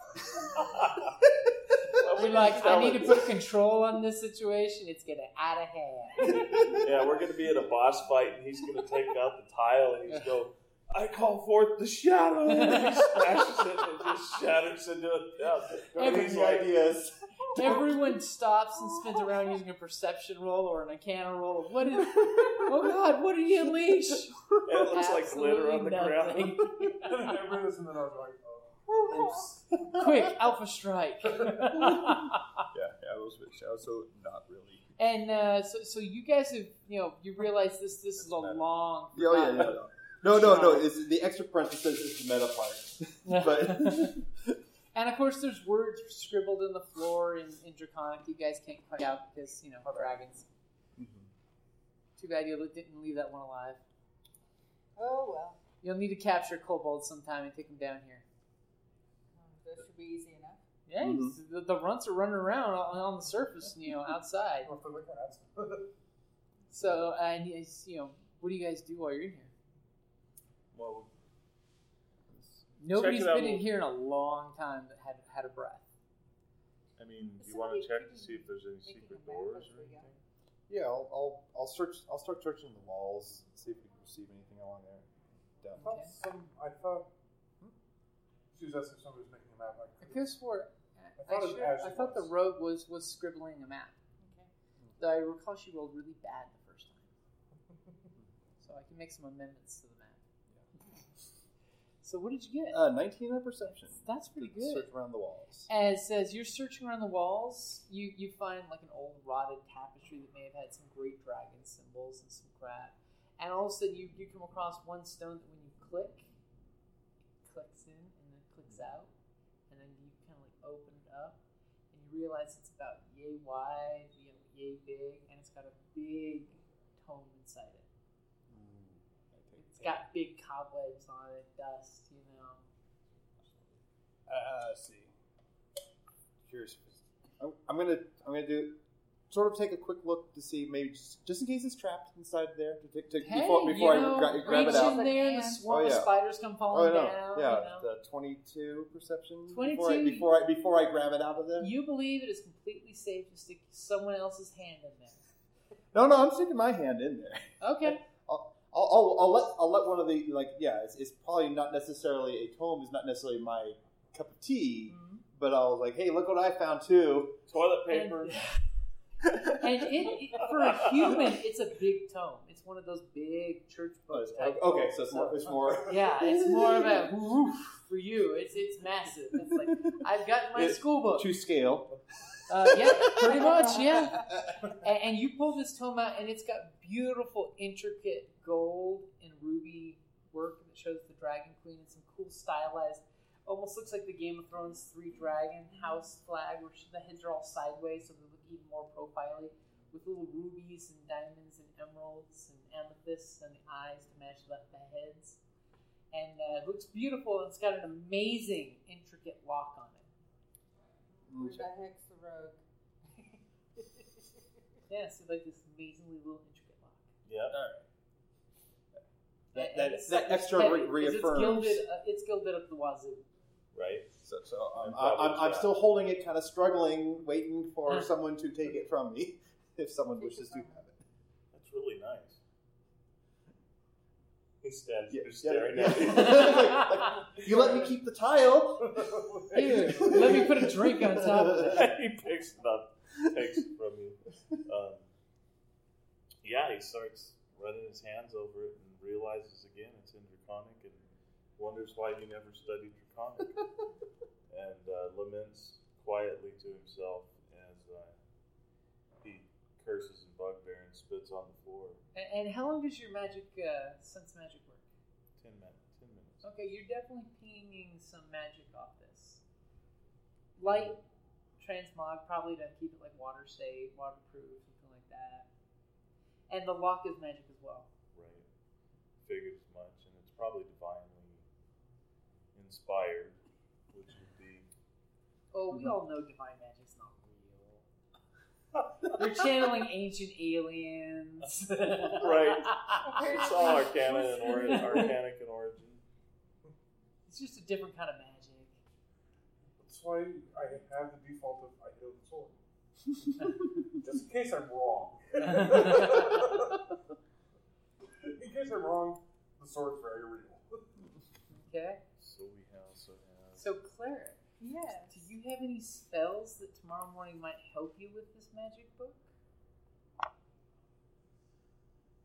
H: Well,
C: We're
H: can
C: like,
H: tell
C: I need to
H: it-
C: put control on this situation. It's getting out of hand.
H: Yeah, we're gonna be in a boss fight, and he's gonna take out the tile, and he's go. I call forth the shadow, and he smashes it and just shatters into a thousand. And he's
F: Crazy
H: like,
F: ideas.
C: Everyone stops and spins around using a perception roll or an arcana roll. of What is? Oh God, what did he unleash?
H: and it looks like glitter on the ground.
C: Absolutely
D: And
C: nothing.
D: I read this and then I was like,
G: uh,
D: oh, oops.
C: Quick, alpha strike.
F: Yeah, I was with Shadow, so not really.
C: and uh, so, so you guys have, you know, you realize this. This is a
F: Doesn't matter.
C: long.
F: Yeah, oh, yeah, yeah. No, no, no. no, It's the extra parenthesis is the meta part. But
C: And of course, there's words scribbled in the floor in, in Draconic you guys can't quite out because, you know, dragons.
F: Mm-hmm.
C: Too bad you didn't leave that one alive.
E: Oh well,
C: You'll need to capture kobolds sometime and take them down here.
E: Um, that should be easy enough.
C: Yeah,
F: Mm-hmm.
C: it's- the, the runts are running around on, on the surface, you know, outside.
D: Well, if they're like that.
C: So, and it's, you know, what do you guys do while you're in here?
H: Well,
C: Nobody's
H: it out,
C: been in
H: we'll-
C: here in a long time that had had a breath.
H: I mean,
E: you wanna Somebody check to see if
H: there's any
E: can secret go back doors or once we go. anything?
F: yeah, I'll, I'll I'll search. I'll start searching the walls, see if we can perceive anything along there.
D: I thought some. I thought. She was asking if somebody was making a map.
C: I
D: I couldn't-
C: could have swore.
D: I
C: I,
D: thought
C: sure-
D: it was
C: I thought the
D: Ashley.
C: rogue was was scribbling a map. Though I recall she rolled really bad the first time. so I can make some amendments to the map. so what did you get?
F: Uh, Nineteen on perception.
C: That's pretty
F: To
C: good.
F: Search around the walls.
C: As as you're searching around the walls, you you find like an old rotted tapestry that may have had some great dragon symbols and some crap. And all of a sudden, you you come across one stone that when you click, it clicks in and then clicks out, and then you kind of like open it up, and you realize it's about yay wide, you know, yay big, and it's got a big tome inside it. It's got big cobwebs on it, dust, you know.
F: Uh, see. Curious. I'm, I'm gonna I'm gonna do sort of take a quick look to see maybe just, just in case it's trapped inside there to, to, to-
C: Hey,
F: before,
C: you
F: before
C: know,
F: I gra- grab
C: reach
F: it out.
C: in there, and the
E: Oh,
C: swarm of
F: yeah.
C: spiders come
F: Oh
C: falling
F: no!
C: down.
F: yeah,
C: you know.
F: the twenty-two perception. Before I,
C: 22.
F: before I before I grab it out of there.
C: You believe it is completely safe to stick someone else's hand in there.
F: No, no, I'm sticking my hand in there.
C: Okay.
F: I'll, I'll, I'll let I'll let one of the like yeah. It's, it's probably not necessarily a tome. Is not necessarily my cup of tea. But I was like, hey, look what I found too.
H: Toilet
C: Mm-hmm. And,
H: paper.
C: and it, it- for a human, it's a big tome. It's one of those big church books. type
F: Okay,
C: tomes.
F: so Oh, it's more. It's more
C: yeah, it's more of a woof for you. It's it's massive. It's like I've got my
F: It's
C: school book.
F: to scale.
C: Uh, yeah, pretty much. Yeah. and, and you pull this tome out, and it's got beautiful, intricate gold and ruby work that shows the Dragon Queen and some cool stylized. Almost looks like the Game of Thrones three dragon house flag, where she- the heads are all sideways, so they look even more profiley, with little rubies and diamonds and emeralds and amethysts and the eyes to match the, the heads. And uh, it looks beautiful, and it's got an amazing, intricate lock on it.
E: Where the heck's the rogue?
C: Yeah, so like this amazingly little intricate lock.
H: Yeah.
F: That,
C: And
F: that,
C: it's
F: that
C: like-
F: extra
C: it's
F: re-
C: heavy, 'cause It's
F: reaffirms.
C: gilded, uh, it's gilded up the wazoo.
H: right?
F: So, so um,
H: And
F: I,
H: probably
F: I'm, I'm
H: trapped.
F: still holding it, kind of struggling, waiting for
C: Huh.
F: someone to take it from me, if someone
E: Take it
F: wishes to
E: from
F: have it.
H: That's really nice. He stands
F: Yeah,
H: there
F: yeah,
H: staring
F: yeah.
H: at me.
F: Like- You let me keep the tile.
C: Here, let me put a drink on top of it.
H: he picks it up, takes it from you. Um, yeah, he starts running his hands over it and realizes again it's in Draconic and wonders why he never studied Draconic and uh, laments quietly to himself as uh, he curses and bugbear and spits on the floor.
C: And, and how long does your magic uh, sense magic work?
H: Ten, min- ten minutes.
C: Okay, you're definitely pinging some magic off this. Light transmog probably to keep it like water safe, waterproof, something like that. And the lock is magic as well.
H: Right. Figured as much, and it's probably divinely inspired, which would be
C: Oh,
F: Mm-hmm.
C: we all know divine magic's not real. You're channeling ancient aliens.
H: Right. It's all Arcana and origin, Arcanic and origin.
C: It's just a different kind of magic.
G: That's why I have the default of I know the sword. Just in case I'm wrong. in case I'm wrong, the sword's very real.
C: Okay.
H: So we also have.
C: So, Cleric,
E: Yes.
C: do you have any spells that tomorrow morning might help you with this magic book?
E: I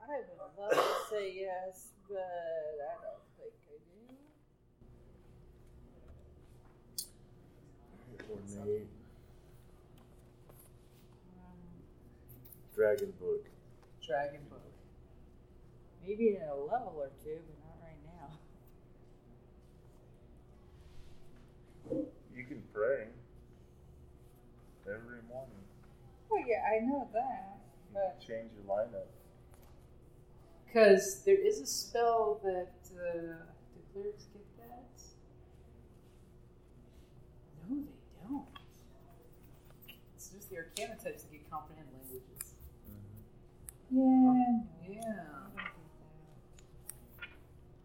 E: would love to say yes, but I don't think I do.
H: ornate Dragon Book.
C: Dragon book.
E: Maybe in a level or two, but not right now.
H: You can pray every morning.
E: Well, yeah, I know that,
H: You
E: but
H: can change your lineup.
C: Because there is a spell that. Uh, do clerics get that? No, they don't. It's just the arcana types that get comprehend languages.
E: yeah,
C: Yeah.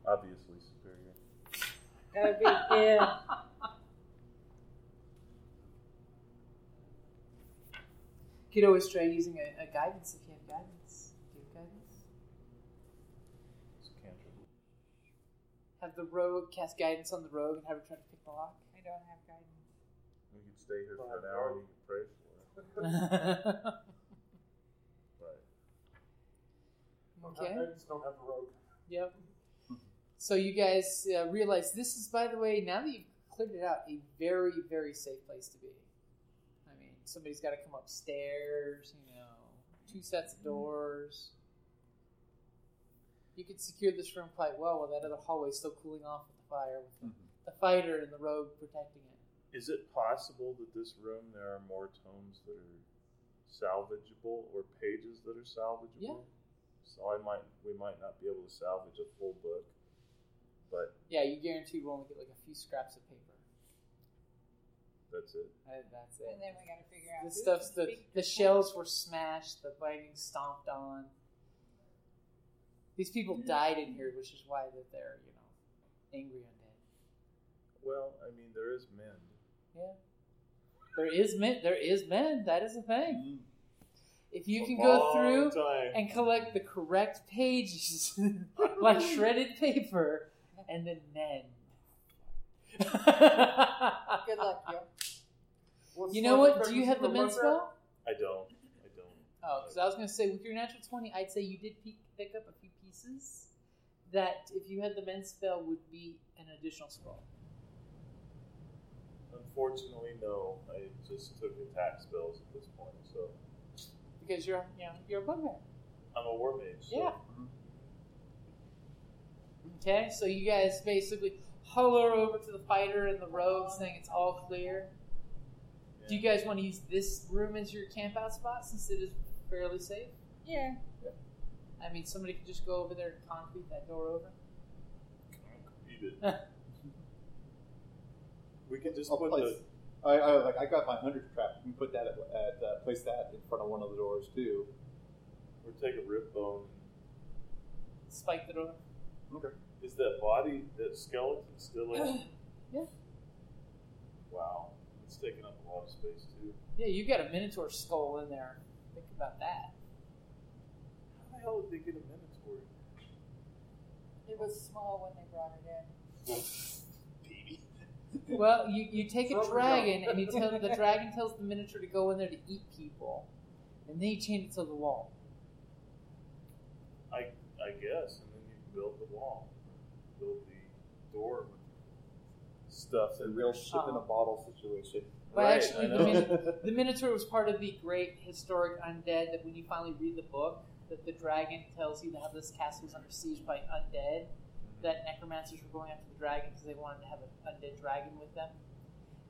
H: Obviously superior.
E: that'd be yeah.
C: You could always try using a, a guidance if you have guidance. Do you have guidance?
H: It's a cantrip.
C: Have the rogue cast guidance on the rogue and have her try to pick the lock.
E: I don't have guidance.
H: We could stay here for an hour and you could pray for it. Right.
C: okay.
G: I, I just don't have a rogue.
C: Yep. So you guys uh, realize this is, by the way, now that you've cleared it out, a very, very safe place to be. I mean, somebody's got to come upstairs, you know, two sets of doors. You could secure this room quite well while that other hallway's still cooling off with the fire, with the, the fighter and the rogue protecting it.
H: Is it possible that this room there are more tomes that are salvageable or pages that are
C: Yeah.
H: salvageable? So I might we might not be able to salvage a full book, but
C: Yeah, you guarantee we'll only get like a few scraps of paper.
H: that's it.
C: Uh, That's
E: And
C: it.
E: then we gotta figure out
C: The
E: who
C: stuff's
E: can
C: the
E: speak
C: the
E: Draconic.
C: shells were smashed, the binding stomped on. These people died in here, which is why that they're you know angry undead.
H: Well, I mean there is men.
C: There is men. There is men. That is a thing.
F: Mm.
C: If you
H: A
C: can go
H: long
C: through
H: time.
C: and collect the correct pages, like shredded paper, and then men.
E: Good luck, yo.
G: What's
C: you know
G: the
C: what? Do you
G: effectiveness
C: have the
G: of
C: men
G: weapon?
C: spell?
H: I don't. I don't.
C: Oh, because I was going to say, with your natural 20, I'd say you did peek, pick up a few pieces that, if you had the men's spell, would be an additional scroll.
H: Unfortunately no. I just took attack spells at this point, so
C: Because you're, you know, you're a bugbear.
H: I'm a war mage. So
C: Yeah. Okay, so you guys basically holler over to the fighter and the rogue saying it's all clear. Do you guys want to use this room as your camp out spot since it is fairly safe?
E: Yeah.
C: I mean, somebody could just go over there and concrete that door over.
H: Eat it. we could just
F: I'll
H: put
F: place.
H: the
F: I, I like. I got my hundred trap. You can put that at, at uh, place that in front of one of the doors too.
H: or take a rib bone
C: Spike the door.
F: Okay.
H: Is that body, that skeleton, still in?
C: Yeah.
H: Wow, it's taking up a lot of space too.
C: Yeah, you got a minotaur skull in there. Think about that.
H: How the hell did they get a minotaur?
E: It was small when they brought it in.
C: Well, you, you take a
D: Throw it
C: dragon and you tell the dragon tells the minotaur to go in there to eat people, and then you chain it to the wall.
H: I, I guess, and then you build the wall, build the door with stuff
F: It's a
H: and
F: real ship
C: Oh.
F: in a bottle situation.
C: But
H: Right,
C: actually,
H: I
C: the,
H: know.
C: Min- the Minotaur was part of the great historic undead that when you finally read the book, that the dragon tells you that how this castle was under siege by undead, that necromancers were going after the dragon because they wanted to have an undead dragon with them.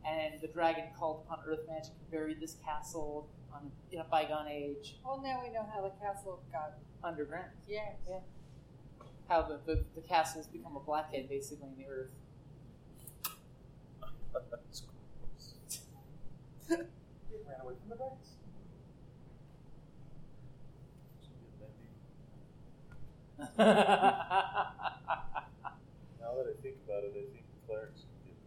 C: And the dragon called upon earth magic and buried this castle on, in a bygone age
E: Well, now we know how the castle got.
C: underground.
E: Yes.
C: Yeah. How the, the, the castle's become a blackhead basically in the earth.
H: That's gross.
G: They ran away from the dice.
C: I
H: Now that I think about it, I think clerics can get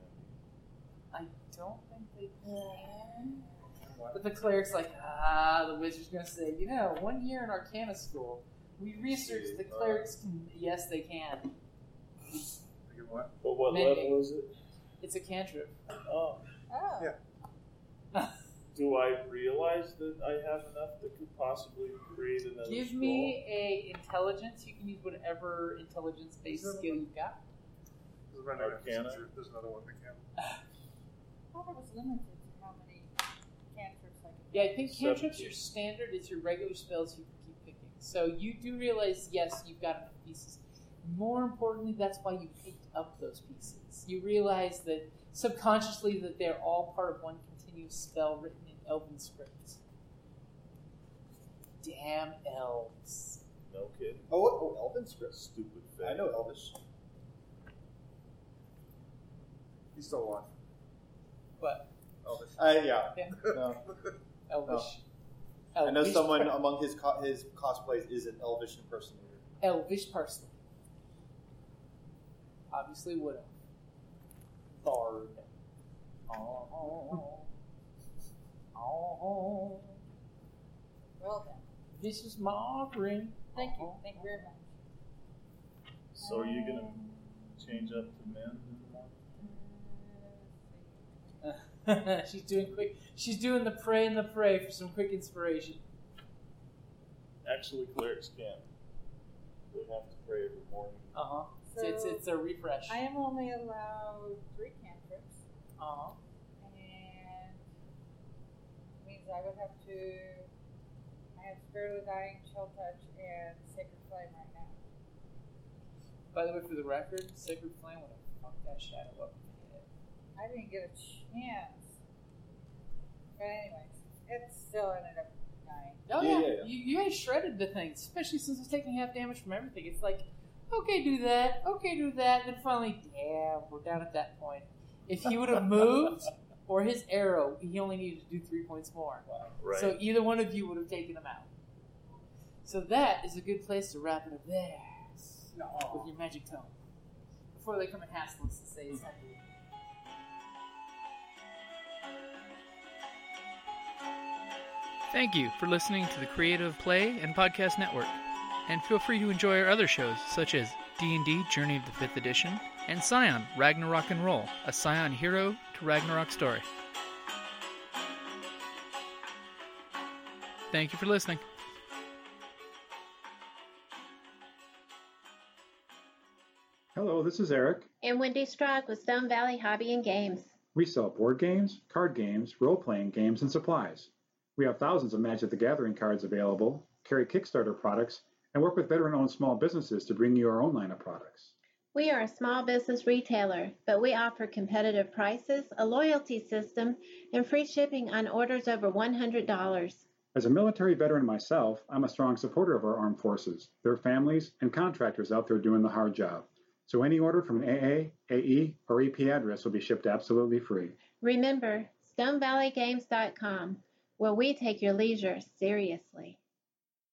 H: mending.
C: don't think they can. But the cleric's like, ah, the wizard's gonna say, you know, one year in Arcana school, we researched the clerics can. Yes, they can.
D: Again, what?
H: But what
C: Mending.
H: level is it?
C: It's a cantrip.
H: Oh,
E: Oh.
D: Yeah.
H: do I realize that I have enough that could possibly create another
C: Give
H: scroll?
C: me a intelligence. You can use whatever intelligence based
D: Is that
C: skill
D: one?
C: you've got.
D: There's, right now,
H: Arcana?
D: there's another one. That can.
E: Well, there was limited to how many cantrips I could.
C: Yeah, I think cantrips
H: Seventeen.
C: are standard. It's your regular spells you can keep picking. So you do realize, yes, you've got enough pieces. More importantly, that's why you picked up those pieces. You realize that subconsciously that they're all part of one continuous spell written in Elven script. Damn elves.
H: No kidding.
F: Oh, oh Elven
H: That's
F: scripts.
H: stupid.
F: I know Elvish.
D: He's still alive.
C: But
D: Elvis.
F: Uh, yeah.
C: Yeah.
F: No.
C: elvish.
F: Oh. I know
C: Elvish
F: someone
C: par-
F: among his co- his cosplays is an Elvish impersonator.
C: elvish person. Obviously, would have. Bard. Oh. Oh.
E: Well done.
C: This is my offering.
E: Thank you. Thank you very much.
H: So are you gonna
C: Um,
H: change up to men?
C: she's doing quick. She's doing the pray and the pray for some quick inspiration.
H: Actually, clerics can. They have to pray every morning.
C: Uh huh. So it's it's a refresh.
E: I am only allowed three cantrips,
C: Uh huh.
E: and means I would have to. I have Spirit of the Dying, Chill Touch, and Sacred Flame right now.
C: By the way, for the record, Sacred Flame would have fucked that shadow up.
E: I didn't get a chance. But anyways, it still ended up dying.
C: Oh yeah,
F: Yeah, yeah, yeah.
C: You, you guys shredded the thing, especially since it's taking half damage from everything. It's like, okay, do that, okay, do that, and then finally, yeah, we're down at that point. If he would have moved or his arrow, he only needed to do three points more.
H: Right.
C: So either one of you would have taken him out. So that is a good place to wrap it up there with your magic tone before they come and hassle us and say it's not good.
I: Thank you for listening to the Creative Play and Podcast Network. And feel free to enjoy our other shows such as D&D Journey of the 5th Edition and Scion Ragnarok and Roll, a Scion hero to Ragnarok story. Thank you for listening.
J: Hello, this is Eric.
K: And Wendy Strock with Stone Valley Hobby and Games.
J: We sell board games, card games, role playing games, and supplies. We have thousands of Magic the Gathering cards available, carry Kickstarter products, and work with veteran owned small businesses to bring you our own line of products.
K: We are a small business retailer, but we offer competitive prices, a loyalty system, and free shipping on orders over $100.
J: As a military veteran myself, I'm a strong supporter of our armed forces, their families, and contractors out there doing the hard job. So any order from an AA, AE, E, or EP address will be shipped absolutely free.
K: Remember, StoneValleyGames.com, where we take your leisure seriously.